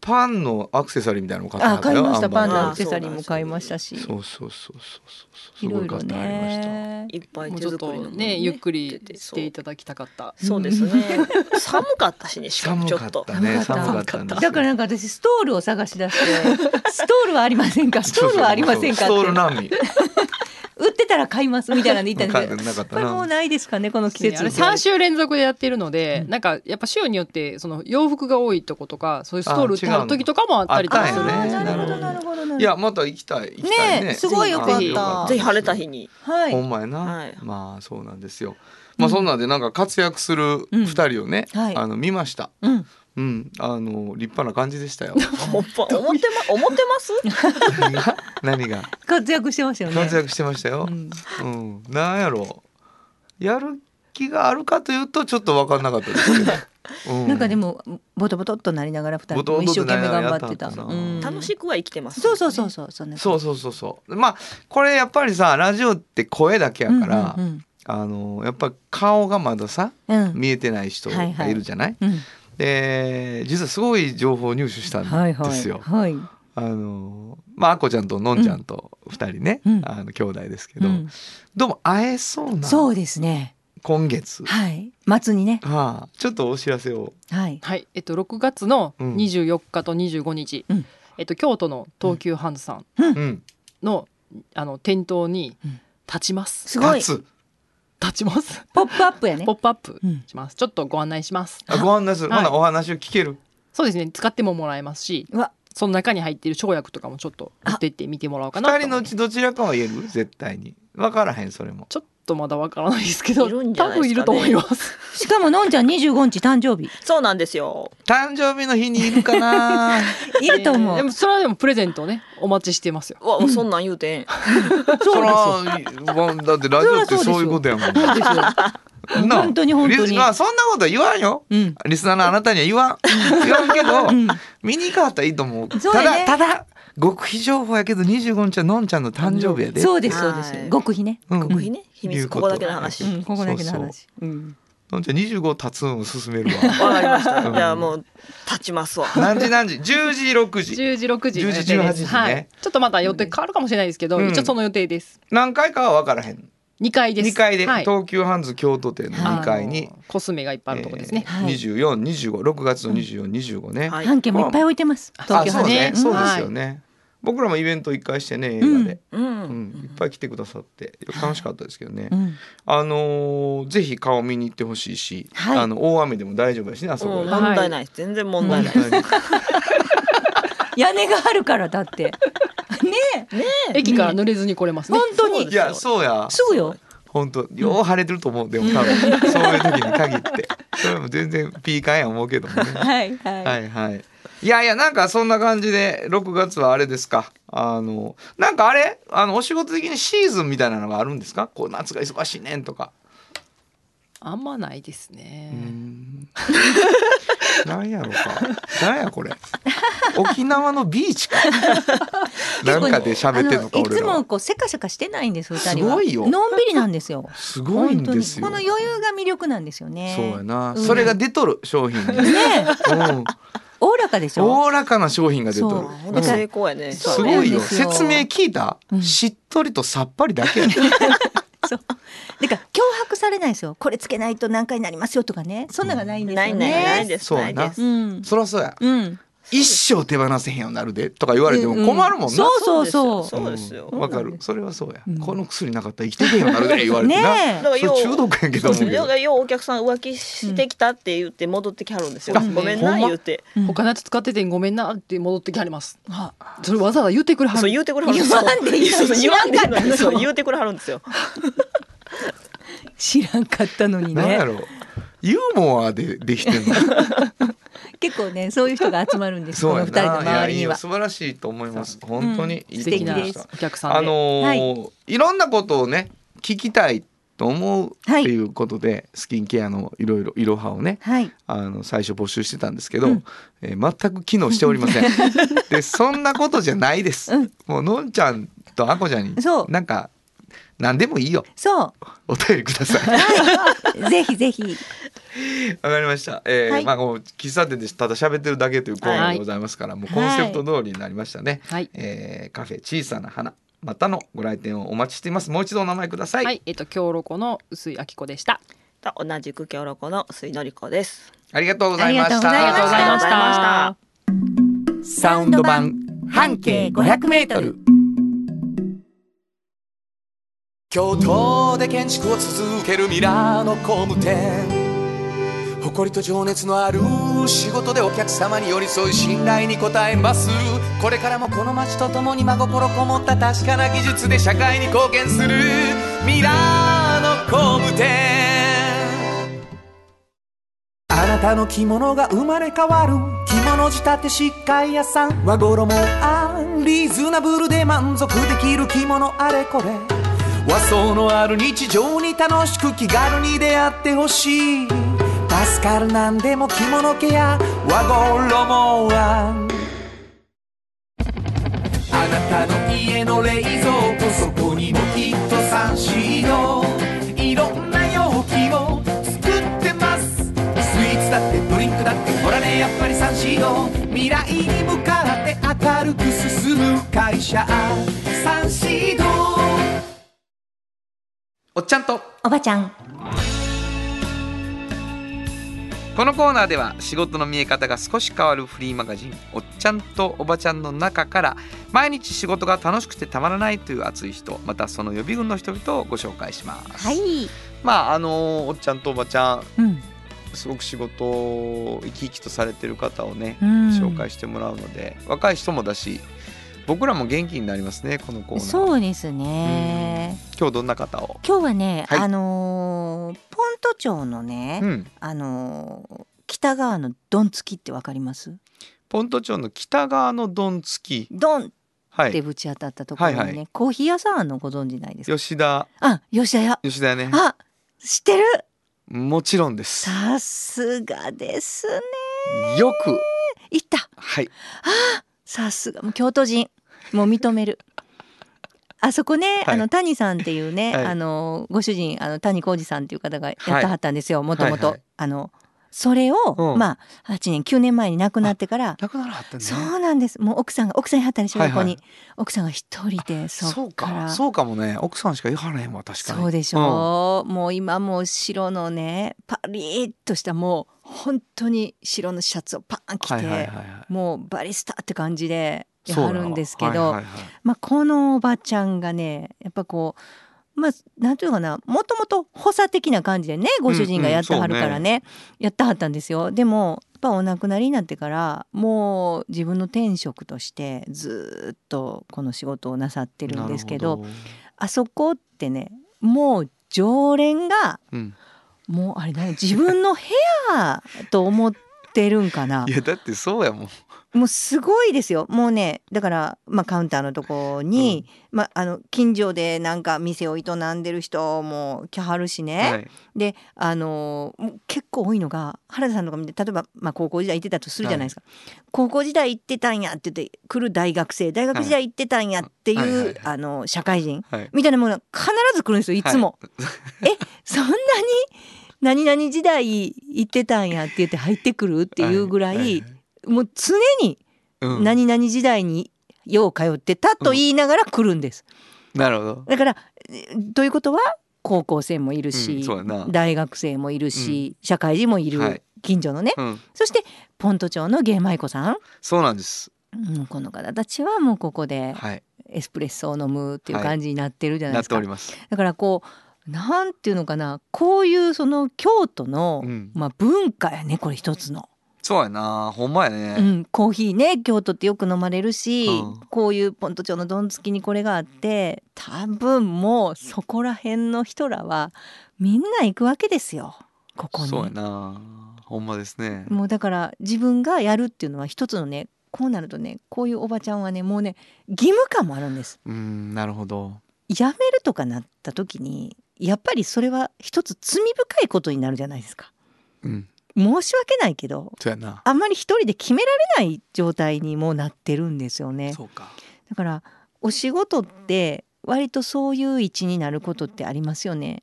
S2: パンのアクセサリーみたいなのも買って
S3: あ
S2: はった
S3: 買い
S2: よ
S3: ましたパン
S2: ア
S3: の
S2: バ
S3: ア
S2: ン
S3: クセサリーも買いましたし
S2: ドそうそうそうそうそう
S3: い
S2: すご
S3: ろい
S2: い
S3: ろ
S2: 方ありました
S3: ね
S5: いっぱい
S6: もうち
S5: 手
S6: ょっ
S5: 作
S6: と
S5: りのもの
S6: ねゆっくり
S5: 出て
S6: していただきたかった。
S5: そうですね寒かったしねしか
S2: 寒
S5: もちょ
S2: か
S5: っ
S2: っ
S5: と
S2: たね
S3: 寒
S2: 寒
S3: か
S2: か
S3: っ
S2: ったたんです
S3: だからなんか私ストールを探し出して「ストールはありませんかストールはありませんか」って
S2: ストール難民
S3: 売ってたら買いますみたいなんで言ったん
S2: 買
S3: で
S2: っ
S3: すけど
S2: て なかった
S3: これもう
S2: な
S3: ないですかねこの季
S6: あれ
S3: 節
S6: 3週連続でやってるので、
S3: うん
S6: なんかやっぱ週によってその洋服が多いとことかそういうストール売ってはる時とかもあったりと
S3: あ
S6: か
S2: 違
S6: す
S2: う
S6: るん
S2: の
S6: で
S2: あ
S3: あ
S2: ったん
S3: な
S2: やね
S3: るほ
S2: なる
S3: どな
S2: ほど
S3: るほど
S2: いやまた行きたい行きたいね
S3: ねえすごいよかった
S2: ぜひあ
S5: ぜひ晴れた日に
S3: はい
S2: ほんまやな、
S5: はい
S2: まあそうなんですよまあそんなんでなんか活躍する
S3: うん
S2: 二人をね、
S3: うんはい
S2: あの見ました
S3: うん
S2: うんあの立派な感じでしたよ
S5: ほんま思ってま思ってます
S2: 何が 何が
S3: 活躍してましたよね
S2: 活躍してましたよ
S3: う、ん
S2: うん、なんやろうやる気があるかというとちょっと分かんなかったで すけど、う
S3: なんかでもボトボトっとなりながら二人とも一生懸命頑張ってた
S2: ボトボトっとなりながらやったんだな
S3: うん
S5: 楽しくは生きてます
S3: そうそうそうそうそんな
S2: そうそうそうそうまあこれやっぱりさラジオって声だけやから、
S3: うんうん
S2: あのやっぱ顔がまださ
S3: うんうん
S2: 見えてない人
S3: はいは
S2: が
S3: い
S2: いるじゃない、
S3: うん
S2: で実はすごい情報を入手したん
S3: はいは
S2: です
S3: い
S2: よ。
S3: はい
S2: あのまああこちゃんとのんちゃんと二人ね、
S3: うん
S2: あの兄弟ですけ
S3: う
S2: ど、
S3: ん
S2: どうも会えそうな
S3: そうですね
S2: 今月、
S3: はい末にね
S2: はあ、ちょっとお知らせを
S3: はい
S6: はい、えっと、6月の
S2: うん
S6: 24日と25日、
S3: うん
S6: えっと、京都の東急ハンズさん
S2: うん
S6: の,、あの店頭に
S3: うん
S6: 立ちます、
S3: すごい
S2: 立つ
S6: 立ちます
S3: ポップアップやね
S6: ポップアップ
S3: うん
S6: しますちょっとご案内します
S2: あご案内する、
S6: はい
S2: ほなお話を聞ける
S6: そうですね使ってももらえますし
S3: うわ
S6: その中に入っている生薬とかもちょっと持ってって見てもらおうかなと
S2: 二人の
S6: 思いま
S2: う
S6: す
S2: ちどちらかは言える絶対に分からへんそれも
S6: ちょっとまだわからないですけど
S5: いるんじゃ
S6: 多
S5: な
S6: 分い
S5: いですかね
S6: ると思います
S3: しかものんちゃん25日誕生日
S5: そうなんですよ
S2: 誕生日の日にいるかな
S3: いると思う、
S6: でもそれはでもプレゼントをねお待ちしてますよ
S5: うわそんなん言うてん
S2: そらわだってラジオってそういうことやもん
S6: そうですよ
S2: な
S3: 本当に本当に
S2: リスまあそんなことは言わんよ
S3: うん
S2: リスナーのあなたには言わん言わんけど、見に行かはったらいいと思う
S3: そう
S2: た
S3: や
S2: だ
S3: ね
S2: ただ極秘情報やけど25日はのんちゃんの誕生日やで
S3: そうですそう
S5: は
S3: で
S5: い
S3: す極秘ね、
S2: うん
S5: 極秘ね秘
S2: いう
S5: 密
S2: こ
S5: ことこだけの話
S3: うん、ここだけの
S2: そう
S3: 話うん
S2: のんちゃん25立つんを勧めるわ
S5: わかりまし
S2: う
S5: た
S2: ん
S5: じゃあもう立ちますわ
S2: 何時何時10時6時
S6: 10時6時の予定
S2: 10
S6: で
S2: 時18時
S6: す
S2: ね
S6: はいちょっとまた予定変わるかもしれないですけど
S2: うん
S6: 一応その予定です
S2: 何回かは分からへん
S6: 2階です
S2: 2階で、
S6: はい
S2: 東急ハンズ京都店の2階に
S6: あのコスメがいっぱいあるとこですね、
S3: はい
S2: 2425月の2425ね、
S5: はい
S3: 半径もいっぱい置いてます東京
S2: あそうね
S6: ね
S2: そう
S6: うん
S2: ですよね、僕らもイベント一回してね映画で、
S5: う
S2: うん
S5: ん
S2: いっぱい来てくださって楽しかったですけどね、
S3: うん、
S2: あのーぜひ顔見に行ってほしいし、
S3: はい
S2: あの大雨でも大丈夫やしねあそこ
S5: うん
S2: で、
S5: 問題ない全然問題ない
S3: 屋根があるからだってねえ
S6: 駅から濡れずに来れますね
S3: 本当に
S2: いやそうや
S3: すぐよ
S2: 本当よう晴れてると思うでも多分そういう時に限ってそれも全然ピーカンや思うけどもね
S3: はいはい、
S2: はいはいいやいやなんかそんな感じで6月はあれですかあのなんかあれあのお仕事的にシーズンみたいなのがあるんですかこう夏が忙しいねんとか
S6: あんまないですね
S2: う。んなんやろか。なんやこれ。沖縄のビー チか。なんかで喋ってんの
S3: あ
S2: か
S3: のい
S2: 俺
S3: つ
S2: ら
S3: も。こうせかせかしてないんです二人は
S2: すごいよ
S3: のんびりなんですよ
S2: すごいんですよ。
S3: 本当にこの余裕が魅力なんですよね
S2: そうやな、
S3: うん
S2: それが出とる商品に。
S3: ねえ
S2: うん。
S3: おおらかでしょ
S2: 大らかな商品が出とる
S3: そう。
S5: ほ
S2: う
S5: んと
S2: ん
S5: 成功やね。
S3: そ
S2: す
S3: うなん
S2: ご
S3: で
S2: い
S3: す
S2: よ
S3: よ
S2: 説明聞いた、
S3: うん
S2: しっとりとさっぱりだけやね
S3: そうだから脅迫されないですよこれつけないと何回になりますよとかねそんなのがないんですよ
S5: な
S3: ね
S5: いないないです。
S2: そうや
S5: ない
S2: な
S5: です。
S3: うん
S2: そらそうや
S3: うん
S2: 一生手放せへんようになるでとか言われても困る
S3: う
S2: もんな、
S3: んそうそうそう
S5: そうですよ。
S2: んわか
S3: そうなん
S2: る
S3: で
S2: それはそうや、
S3: うん
S2: この薬なかったら生きてへんようになるで言われてな、
S3: ねえ
S5: だからよう
S2: それ中毒やんけど思うけど
S5: だからようお客さん浮気してきたって言って戻ってきはるんですよ。
S6: うん
S5: ごめんな
S2: ほんま
S5: 言って。
S6: 他のやつ使っててごめんなって戻ってきはります。はいそれわざわざ言ってくれは
S5: そう
S6: る。
S5: 言うてくれはるんです
S3: 言わんでいいのに
S5: そうそう言わんでいいの
S3: 知らんかったの
S5: にそう言うてくれはるんですよ。
S3: 知らんかったのに
S2: なんや
S3: ね
S2: ろうユーモアでできてんの
S3: 結構ねそういう人が集まるんです
S2: そ
S3: こ
S2: う
S3: の
S2: や
S3: 二人の
S2: ないや
S3: 周
S2: い
S3: り
S2: い
S3: に
S2: よ
S3: は
S2: 素晴らしいと思います本当にいい
S6: 素
S2: と思い
S6: 敵
S2: ま
S6: な
S2: した、
S6: お客さ
S2: あ
S6: んで。
S2: のーい、ろんなことをね聞きたいと思うっていうことで、スキンケアのいろいろいろはをね
S3: はい
S2: あの最初募集してたんですけど、
S3: うん
S2: えー全く機能してお りませんでそんなことじゃないです、
S3: うん
S2: もうのんちゃんとあこちゃんに
S3: そう
S2: なんか何でもいいよ
S3: そ
S2: お便りください
S3: うぜひぜひ
S2: わかりました、えー
S3: はい
S2: まあもう喫茶店でただ喋ってるだけというコーナーでございますから、もうコンセプト通りになりましたね、
S6: はい。
S2: えーカフェ小さな花またのご来店をお待ちしていますもう一度お名前ください、
S6: はい。えっと京ロコの薄井明子でした。
S5: と同じく京ロコの水のりこです。
S2: ありがとうございました
S3: あり
S6: あり
S3: が
S6: が
S3: と
S6: と
S3: う
S6: う
S3: ございま
S6: ございま
S3: し
S6: したた。
S2: サウンド版半径500メートル
S4: 京都で建築を続けるミラーの工務店誇りと情熱のある仕事でお客様に寄り添い信頼に応えますこれからもこの街とともに真心こもった確かな技術で社会に貢献するミラーの工務店あなたの着物が生まれ変わる着物仕立て疾患屋さん和衣もあんリーズナブルで満足できる着物あれこれ和装のある日常に楽しく気軽に出会ってほしい助かるなんでも着物ケア和衣もあんあなたの家の冷蔵庫そこにもきっとサンシードいろんな容器を作ってますスイーツだってドリンクだってほらねやっぱりサンシード未来に向かって明るく進む会社サンシード
S2: おっちゃんと
S3: おばちゃん
S2: このコーナーでは仕事の見え方が少し変わるフリーマガジン「おっちゃんとおばちゃん」の中から毎日仕事が楽しくてたまらないという熱い人またその予備軍の人々をご紹介します。
S3: はい
S2: まああのーおっちゃんとおばちゃん
S3: うん
S2: すごく仕事を生き生きとされてる方をね
S3: うん
S2: 紹介してもらうので、若い人もだし僕らも元気になりますねこのコーナー。
S3: そうですね
S2: 今日どんな方を、
S3: 今日はね、
S2: はい
S3: あのーポント町のね、
S2: うん、
S3: あのー北側のドンつきってわかります
S2: ポント町の北側のドンつき、
S3: ドンっ
S2: はい
S3: て、ぶち当たったところにね、
S2: はいは
S3: コーヒー屋さんあんのご存知ないですか
S2: 吉田
S3: あ吉田屋
S2: 吉田ね
S3: あ知ってる
S2: もちろんです。
S3: さすがですね
S2: よく
S3: 行った
S2: はい
S3: さすがもう京都人もう認める あそこね、
S2: はい
S3: あの谷さんっていうね、
S2: はい
S3: あのご主人あの谷浩二さんっていう方がやってはったんですよもとも
S2: はい
S3: と
S2: はい
S3: あのそれを、
S2: うん
S3: まあ8年9年前に亡くなってから
S2: なくならはったね
S3: そうなんですもう奥さんが奥さんにはったでしょ、
S2: はいはい
S3: 横に奥さんが一人で
S2: そ
S3: そっ
S2: う
S3: か
S2: からそうかもね奥さんしか言われへんわ確かに
S3: そうでしょう、もう今もう白のねパリッとしたもう本当に白のシャツをパン着て、
S2: はいはいはいは
S3: もうバリスタって感じで
S2: い
S3: やはるんですけど、
S2: そうやわはいはいはい
S3: まあ、このおばちゃんがねやっぱこうまあなんていうのかなもともと補佐的な感じでねご主人がやってはるからね,、やってはったんですよ。でもやっぱお亡くなりになってからもう自分の転職としてずーっとこの仕事をなさってるんですけど
S2: なるほ
S3: あそこってねもう常連が
S2: うん
S3: もうあれね自分の部屋と思って。ってるんかない
S2: やだってそうやもん
S3: もうすごいですよもうねだから、まあ、カウンターのとこに、まあ、あの近所でなんか店を営んでる人も来はるしね、
S2: はい
S3: であのもう結構多いのが原田さんとか見て例えば、まあ、高校時代行ってたとするじゃないですか、高校時代行ってたんやって言って来る大学生大学時代行ってたんやっていう、
S2: はいはいはいはい
S3: あの社会人
S2: はい
S3: みたいなものが必ず来るんですよいつも。えそんなに何々時代行ってたんやって言って入ってくるっていうぐらい、
S2: はは
S3: もう常に
S2: うん
S3: 何々時代によう通ってたと言いながら来るんです。
S2: なるほど
S3: だからえということは高校生もいる
S2: う
S3: し
S2: ん、そうやな
S3: 大学生もいるし、社会人もいる、
S2: はい
S3: 近所のね
S2: うん
S3: そしてポント町の芸舞子さん、
S2: そうなんです
S3: うんこの方たちはもうここで
S2: はい
S3: エスプレッソを飲むっていう
S2: はい
S3: 感じになってるじゃないで
S2: なっ
S3: す
S2: て
S3: か、
S2: おります
S3: だからこうなんていうのかなこういうその京都の、
S2: うん
S3: まあ、文化やねこれ一つの、
S2: そうやなほんまや
S3: う
S2: ね
S3: ん、コーヒーね京都ってよく飲まれるし、
S2: うん
S3: こういうポント町のどんつきにこれがあって多分もうそこら辺の人らはみんな行くわけですよここに。
S2: そうやなほんまですね
S3: もうだから自分がやるっていうのは一つのねこうなるとねこういうおばちゃんはねもうね義務感もあるんです。
S2: うんなるほど
S3: やめるとかなった時にやっぱりそれは一つ罪深いことになるじゃないですか。
S2: うん
S3: 申し訳ないけど
S2: そうやな
S3: あんまり一人で決められない状態にもうなってるんですよね。
S2: そうか
S3: だからお仕事って割とそういう位置になることってありますよね。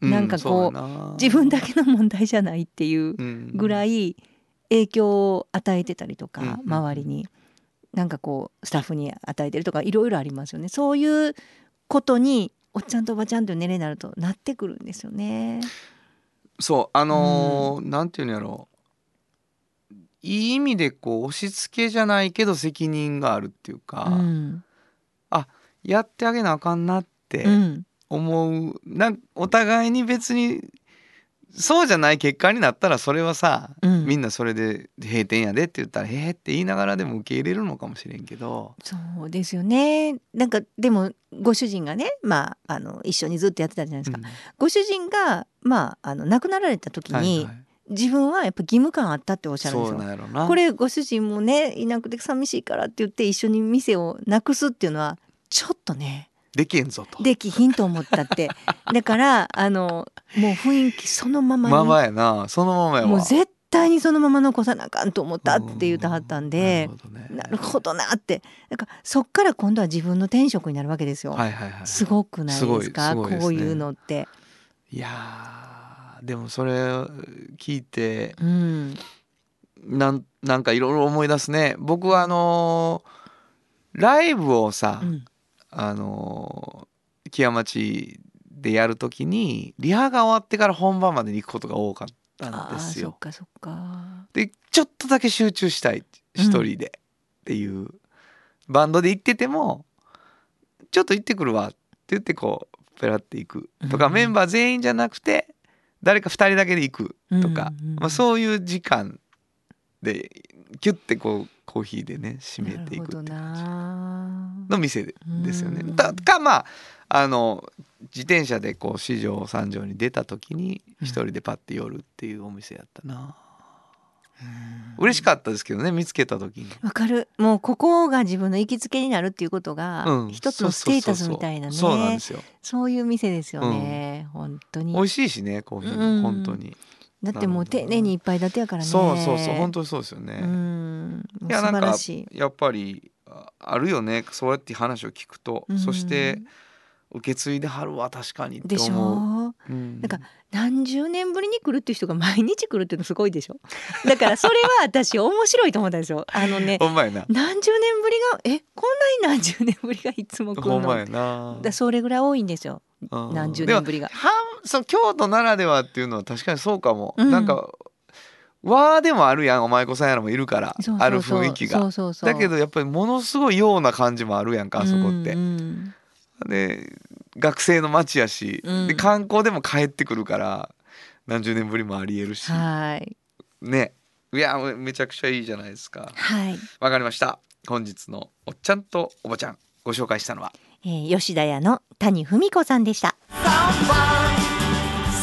S3: なんかこう自分だけの問題じゃないっていうぐら
S2: い
S3: い影響を与えてたりと
S2: うんうん
S3: か
S2: うん
S3: 周りになんかこうスタッフに与えてるとかいろいろありますよねそういうことにおっちゃんとおばちゃんという年齢になるとなってくるんですよね。
S2: そうあのーなんていうんやろういい意味でこう押し付けじゃないけど責任があるっていうか、
S3: うん
S2: やってあげなあかんなって
S3: うん
S2: 思う、なんお互いに別にそうじゃない結果になったらそれはさ、
S3: うん
S2: みんなそれで閉店やでって言ったら「へえ」って言いながらでも受け入れるのかもしれんけど
S3: そうですよねなんかでもご主人がね、まあ、あの一緒にずっとやってたじゃないですか、
S2: うん
S3: ご主人が、まあ、あの亡くなられた時に、
S2: はいはい
S3: 自分はやっぱ義務感あったっておっしゃるんですよ
S2: そうなん。やろな
S3: これご主人もねいなくて寂しいからって言って一緒に店をなくすっていうのはちょっとね
S2: できへんぞと。
S3: できひんと思ったって だからあのもう雰囲気そのままに
S2: まあまあやなそのままやわ
S3: もう絶対にそのまま残さなあかんと思ったって言うてはったんで
S2: うなるほどね
S3: なるほどなってなんかそっから今度は自分の転職になるわけですよ。
S2: はいはいはい
S3: すごくないですか
S2: すごいすごいですね
S3: こういうのって。
S2: いやーでもそれ聞いて
S3: うん
S2: なんなんかいろいろ思い出すね僕はあのーライブをさ、
S3: うん
S2: あのー木屋町でやるときにリハが終わってから本番までに行くことが多かったん
S3: ああ
S2: です
S3: そ
S2: よ
S3: っ。かそっか。
S2: でちょっとだけ集中した
S3: う
S2: い
S3: ん
S2: 一人でっていう、バンドで行っててもちょっと行ってくるわって言ってこうペラって行くとか、
S3: うん
S2: メンバー全員じゃなくて誰か2人だけで行くとか、
S3: うんうん
S2: まあ、そういう時間でキュッてこうコーヒーでね締めていくってい
S3: な
S2: う感
S3: る
S2: じ
S3: ほどな
S2: の店で
S3: うん
S2: ですよね。だかまああの自転車でこう四条三条に出た時に
S3: うん
S2: 一人でパッて寄るっていうお店やったな、嬉しかったですけどね見つけた時に。
S3: わかるもうここが自分の行きつけになるっていうことが
S2: うん
S3: 一つのステータスみたいなね
S2: そうそうそうそうそうなんですよ
S3: そういう店ですよね、本当に
S2: 美味しいしねコーヒー
S3: うん
S2: も本当に、
S3: だってもう丁寧に一杯立てやからね
S2: そうそうそう本当にそうですよね、
S3: うんもう素
S2: いやなん
S3: 晴
S2: から
S3: しい
S2: やっぱりああるよねそうやって話を聞くと、
S3: うん
S2: そして受け継いではるわ確かにって
S3: でし
S2: 思う。
S3: ょ
S2: うん
S3: なんか何十年ぶりに来るっていう人が毎日来るっていうのすごいでしょ だからそれは私面白いと思ったんですよあの ね
S2: ほんまやな
S3: 何十年ぶりがえこんなに何十年ぶりがいつも来
S2: ほ
S3: る
S2: んま
S3: の
S2: やな
S3: だそれぐらい多いんですよ
S2: うん
S3: 何十
S2: で
S3: 年
S2: も
S3: ぶりが
S2: 半そう京都ならではっていうのは確かにそうかも、
S3: うん
S2: なんかわーでもあるやんお前子さんやらもいるから
S3: そうそうそう
S2: ある雰囲気が
S3: そうそうそう
S2: だけどやっぱりものすごいような感じもあるやんかあそこって、
S3: うんうん
S2: で学生の街やし、
S3: うん
S2: で観光でも帰ってくるから何十年ぶりもありえるし、
S3: はい
S2: ねいやめめちゃくちゃいいじゃないですか
S3: はい、
S2: わかりました本日のおっちゃんとおばちゃんご紹介したのは
S3: えー、吉田屋の谷文子さんでした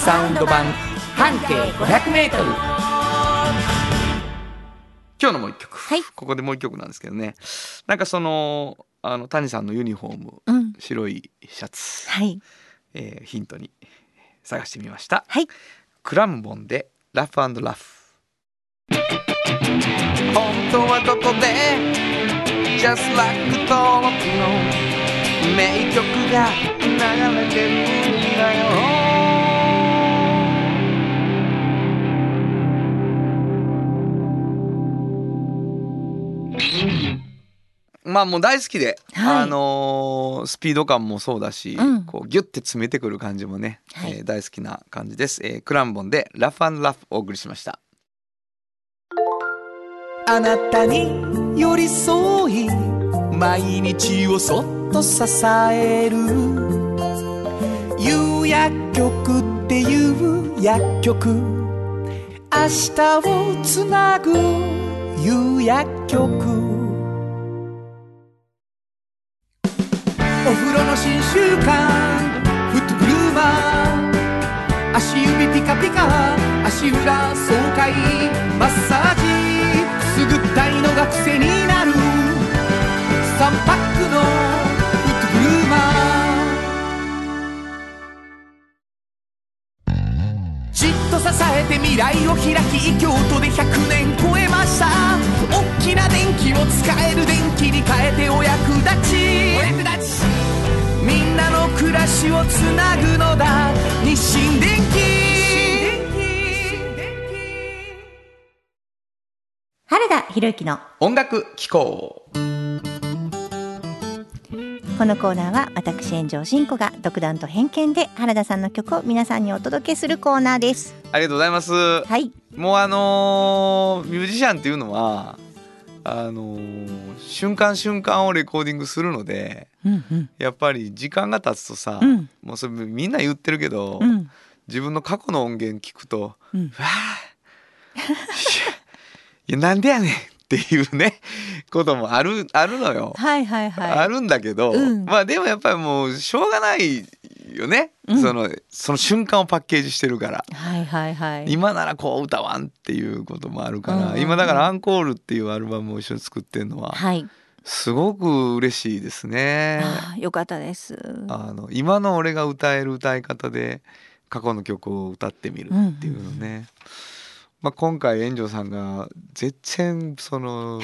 S2: サウンド版半径 500m 今日のもう一曲、
S3: はい
S2: ここでもう一曲なんですけどねなんかそのあの谷さんのユニフォーム
S3: うん。
S2: 白いシャツ、
S3: はい。
S2: えーヒントに探してみました、
S3: はい
S2: クラムボンでラフラフ本当はどこで Just like 登録の名曲が流れてるんだよまあもう大好きで、
S3: はい
S2: あのースピード感もそうだし、
S3: うん
S2: こうギュッて詰めてくる感じもね、
S3: はい
S2: えー大好きな感じです、えークランボンで「ラフラフ」お送りしました
S4: あなたに寄り添い毎日をそっと支える有薬局っていう薬局明日をつなぐ有薬局お風呂の新習慣フットグルーマー足指ピカピカ足裏爽快マッサージくすぐったいのが癖になる3パックのフットグルーマーじっと支えて未来を開き京都で100年超えました大きな電気を使える電気に変えてお役立ちお役立ちみんなの暮らしをつなぐのだ日清電気
S3: 原田博之の
S2: 音楽機構
S3: このコーナーは私炎上真子が独断と偏見で原田さんの曲を皆さんにお届けするコーナーです。
S2: ありがとうございます
S3: はい。
S2: もうあのーミュージシャンっていうのはあのー瞬間瞬間をレコーディングするので
S3: うんうん
S2: やっぱり時間が経つとさ、
S3: うん
S2: もうそれみんな言ってるけど、
S3: うん
S2: 自分の過去の音源聞くと「
S3: うん
S2: わあいやなんでやねん」っていうねこともあるあるのよ。
S3: はいはいは
S2: あ
S3: い。
S2: るんだけど、
S3: うん
S2: まあでもやっぱりもうしょうがないよね、
S3: うん
S2: そのその瞬間をパッケージしてるから。
S3: はいはいはい。
S2: 今ならこう歌わんっていうこともある
S3: う
S2: か
S3: んうん
S2: ら、
S3: うん
S2: 今だから「アンコール」っていうアルバムを一緒に作ってるのは
S3: はい。
S2: すごく嬉しいですね。
S3: あーよかったです。う
S2: あの今の俺が歌える歌い方で過去の曲を歌ってみるっていうのね、まあ、今回炎上さんが全然その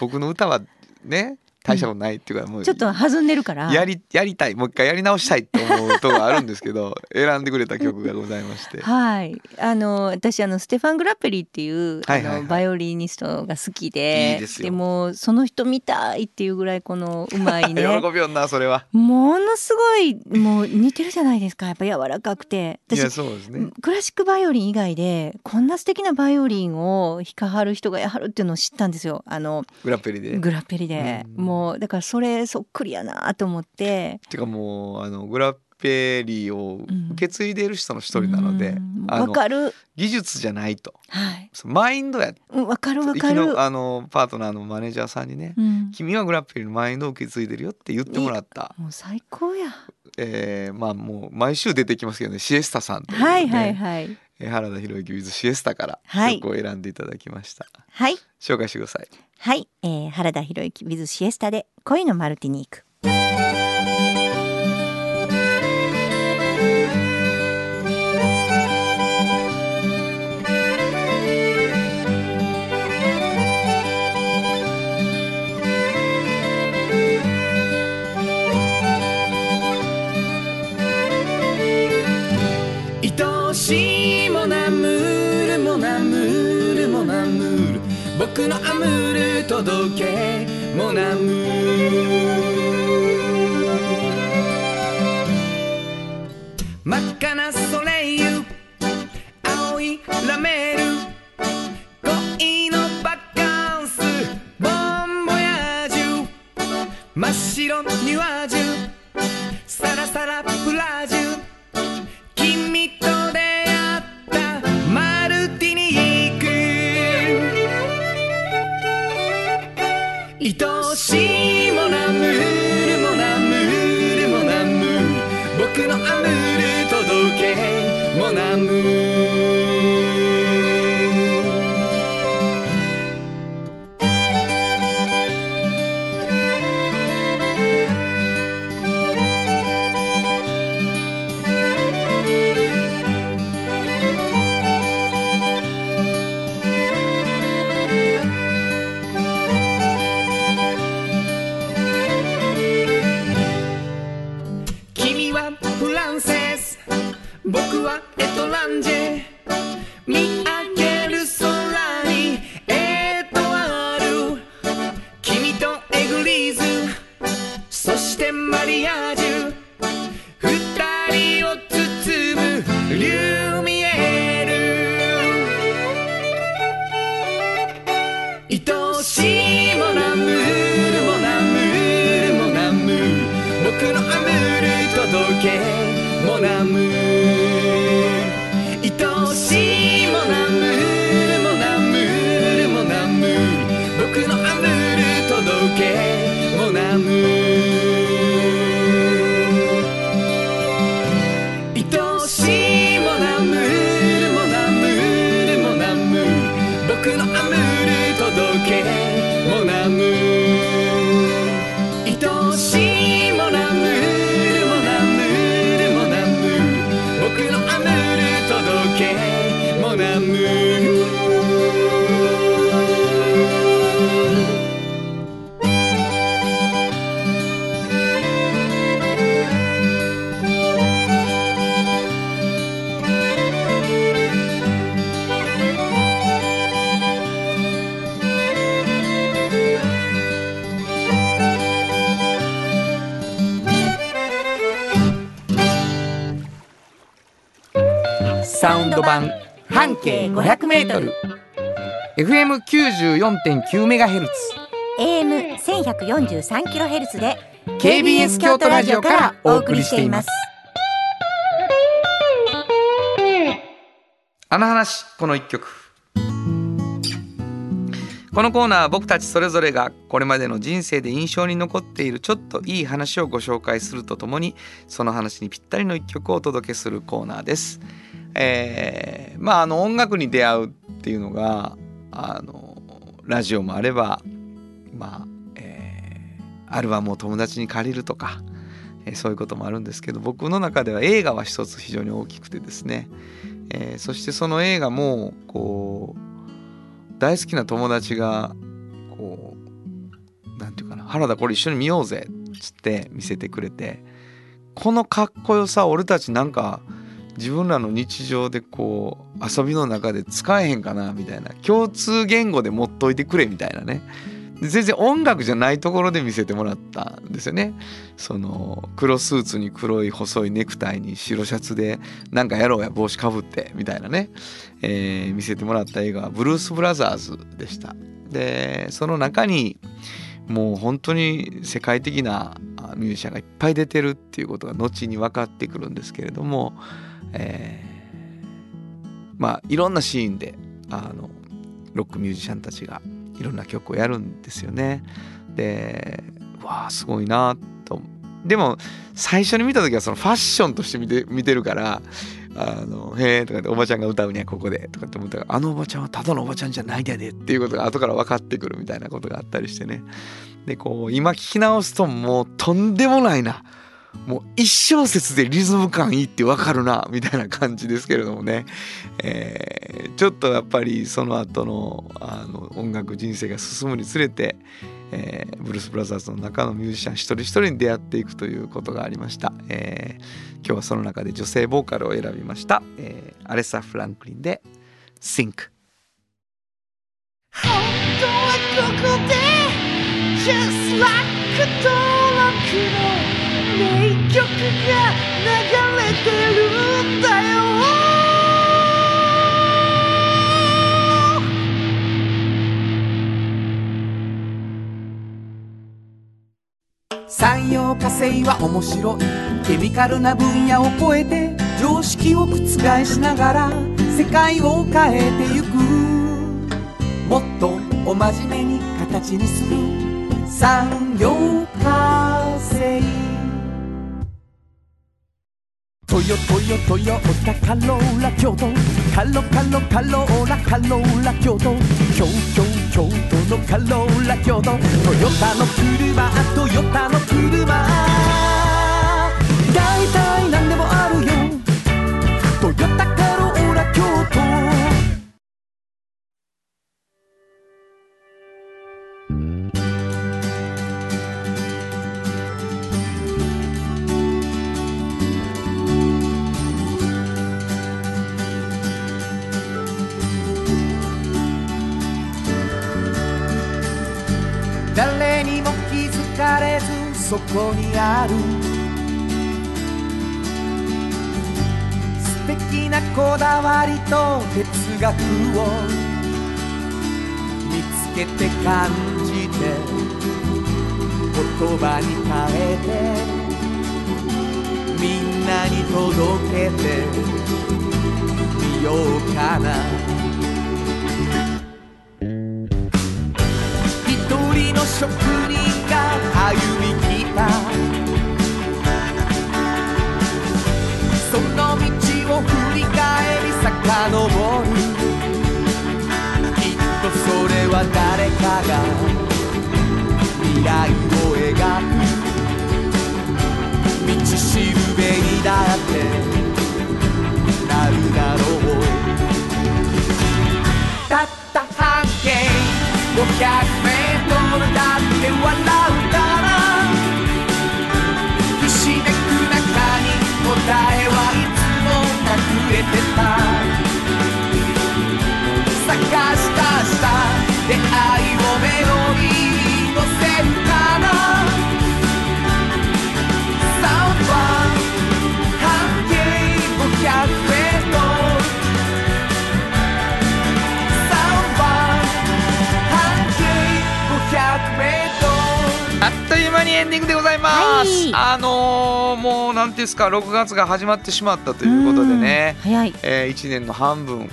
S2: 僕の歌はね大したことないっていうかもう
S3: ちょっと弾んでるから。
S2: やりやりたいもう一回やり直したいと思うとこがあるんです けど選んでくれた曲がございまして。
S3: はい、あの私あのステファン・グラッペリっていう、
S2: はいはいはい
S3: あのバイオリニストが好きで
S2: いいですよ
S3: もその人見たいっていうぐらいこのうまい ね
S2: 喜びよんなそれは。
S3: ものすごいもう似てるじゃないですかやっぱ柔らかくて
S2: いや
S3: 私
S2: そうですね。
S3: クラシックバイオリン以外でこんな素敵なバイオリンを弾かはる人がやはるっていうのを知ったんですよあの
S2: グラッペリで。
S3: グラッペリで、
S2: うん
S3: もうだからそれそっくりやなと思って
S2: てかもうあのグラッペリを受け継いでいる人の一人なので、
S3: うん
S2: あ
S3: わ
S2: の
S3: かる
S2: 技術じゃないと
S3: はい
S2: そうマインドや
S3: うんわかるわ
S2: 昨
S3: かる
S2: 日、あのパートナーのマネージャーさんにね、
S3: うん、
S2: 君はグラッペリのマインドを受け継いでるよって言ってもらった、
S3: もう最高や
S2: えーまあもう毎週出てきますけどねシエスタさんという、ね
S3: はいはいはい。
S2: えー原田博之 with シエスタから
S3: はい
S2: 曲を選んでいただきました、
S3: はい。
S2: 紹介してください
S3: はい。えー、原田博之 with シエスタで恋のマルティニーク。
S4: 愛しいもナムールもナムールもナムール僕のアムール届けもナムール真っ赤なソレイユ青いラメール恋のバカンスボンボヤージュ真っ白ニュアージュサラサラプラージュ君と出会ったマルティニーク愛しいもナムールもナムールもナムール僕のアムール届けもナムールそしてマリアージュ二人を包むリュミエール愛しいもナムールもナムールもナムール僕のアムール届けもナムール愛しいもナムールもナムールもナムール僕のアムール届けもナムール愛しいもナムールもナムールもナムール僕のアムール届けもナムール愛しいもナムールもナムールもナムール僕のアムール届けもナムール
S2: サウンド版半径 500m FM94.9MHz
S3: AM 1 1 4 3キロヘルツで
S2: KBS 京都ラジオからお送りしていますあの話この一曲このコーナーは僕たちそれぞれがこれまでの人生で印象に残っているちょっといい話をご紹介するとともにその話にぴったりの一曲をお届けするコーナーです。えーまああの音楽に出会うっていうのがあのラジオもあればまあ、えーアルバムを友達に借りるとか、えーそういうこともあるんですけど僕の中では映画は一つ非常に大きくてですね、えーそしてその映画もこう大好きな友達がこうなんていうかな「原田これ一緒に見ようぜ」っつって見せてくれてこのかっこよさ俺たちなんか自分らの日常でこう遊びの中で使えへんかなみたいな共通言語で持っといてくれみたいなねで全然音楽じゃないところで見せてもらったんですよねその黒スーツに黒い細いネクタイに白シャツでなんかやろうや帽子かぶってみたいなねえー見せてもらった映画はブルース・ブラザーズでしたでその中にもう本当に世界的なあミュージシャンがいっぱい出てるっていうことが後に分かってくるんですけれども、えーまあいろんなシーンであのロックミュージシャンたちがいろんな曲をやるんですよね。でうわあすごいなとでも最初に見た時はそのファッションとして見て見てるからあの「へえ」とかって「おばちゃんが歌うにはここで」とかって思ったら「あのおばちゃんはただのおばちゃんじゃないんだで」っていうことが後から分かってくるみたいなことがあったりしてねでこう今聞き直すともうとんでもないなもう一小節でリズム感いいって分かるなみたいな感じですけれどもね、えーちょっとやっぱりその後のあの音楽人生が進むにつれて、えーブルース・ブラザーズの中のミュージシャン一人一人に出会っていくということがありました。えー今日はその中で女性ボーカルを選びました、えーアレサ・フランクリンで「Think」
S4: 産業化成は面白いケミカルな分野を超えて常識を覆しながら世界を変えてゆくもっとお真面目に形にする産業化成トヨトヨトヨタカローラ京都カロカロカローラカローラ京都京京京都のカローラ京都トヨタの車トヨタの車大体何でもあるよトヨタカローラ京都誰にも気づかれず
S7: そこにある素敵なこだわりと哲学を見つけて感じて言葉に変えてみんなに届けてみようかな一人の職人が歩み来たその道を振り返り遡るきっとそれは誰かが未来を描く道しるべにだってなるだろうたった半径500メートルだって笑うからひしめく中に答えはいつも隠れてた探したした出会いをメロディーに乗せるからサウンドは半径500メートル
S2: あっという間にエンディングでございます、
S3: はい
S2: あのーもうなんていうんですか6月が始まってしまったということでね
S3: うん、早い
S2: え1年の半分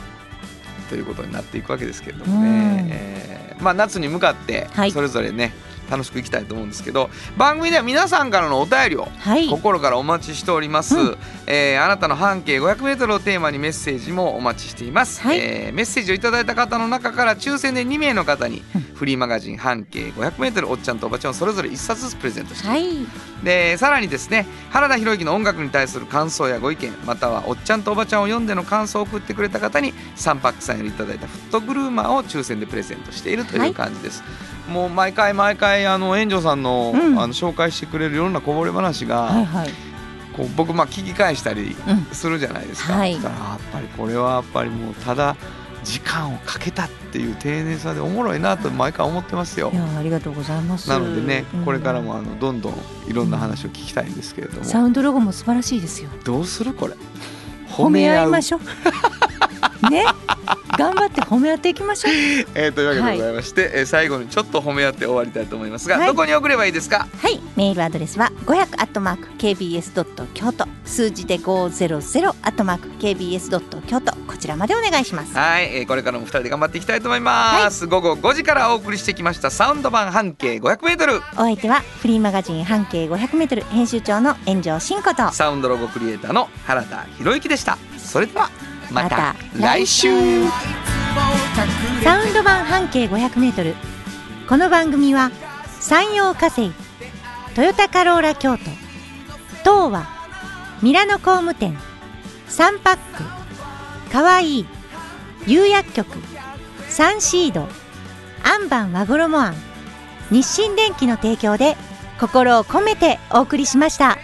S2: ということになっていくわけですけれどもね
S3: うん、
S2: えーまあ、夏に向かって
S3: はい
S2: それぞれね、楽しくいきたいと思うんですけど番組では皆さんからのお便りを
S3: はい
S2: 心からお待ちしております、
S3: う
S2: えーあなたの半径 500m をテーマにメッセージもお待ちしています、
S3: はい
S2: えーメッセージをいただいた方の中から抽選で2名の方に
S3: うん
S2: フリーマガジン半径 500m おっちゃんとおばちゃんをそれぞれ1冊ずつプレゼントしています
S3: はい
S2: でさらにですね原田博之の音楽に対する感想やご意見またはおっちゃんとおばちゃんを読んでの感想を送ってくれた方に3パックさんよりいただいたフットグルーマーを抽選でプレゼントしていると
S3: は
S2: いう
S3: い
S2: 感じです、もう毎回毎回あの炎上さんの,、
S3: うん
S2: あの紹介してくれるいろんなこぼれ話が、
S3: はいはい
S2: こう僕まあ聞き返したり
S3: うん
S2: するじゃないですか、
S3: はい
S2: だからやっぱりこれはやっぱりもうただ時間をかけたっていう丁寧さでおもろいなと毎回思ってますよ
S3: い。やありがとうございます
S2: なのでね、
S3: うん
S2: これからもあのどんどんいろんな話を聞きたいんですけれども、
S3: サウンドロゴも素晴らしいですよ
S2: どうするこれ
S3: 褒め合いましょ うね頑張って褒め合っていきましょう
S2: う、えーというわけでございまして、えー最後にちょっと褒め合って終わりたいと思いますが、
S3: はい
S2: どこに送ればいいですか
S3: はい、メールアドレスは500アットマーク kbs ドット京都、数字で500アットマーク kbs ドット京都こちらまでお願いします。
S2: はい、えーこれからも二人で頑張っていきたいと思います、午後5時からお送りしてきましたサウンド版半径 500m
S3: お相手はフリーマガジン半径500メートル編集長の炎上真子と。
S2: サウンドロゴクリエイターの原田博之でしたそれではまた
S3: また
S2: 来週
S3: サウンド版半径500メートル。この番組は山陽火星、トヨタカローラ京都、東和、ミラノ工務店、サンパック、かわいい、釉薬局、サンシード、アンバン和衣あん、日清電機の提供で心を込めてお送りしました。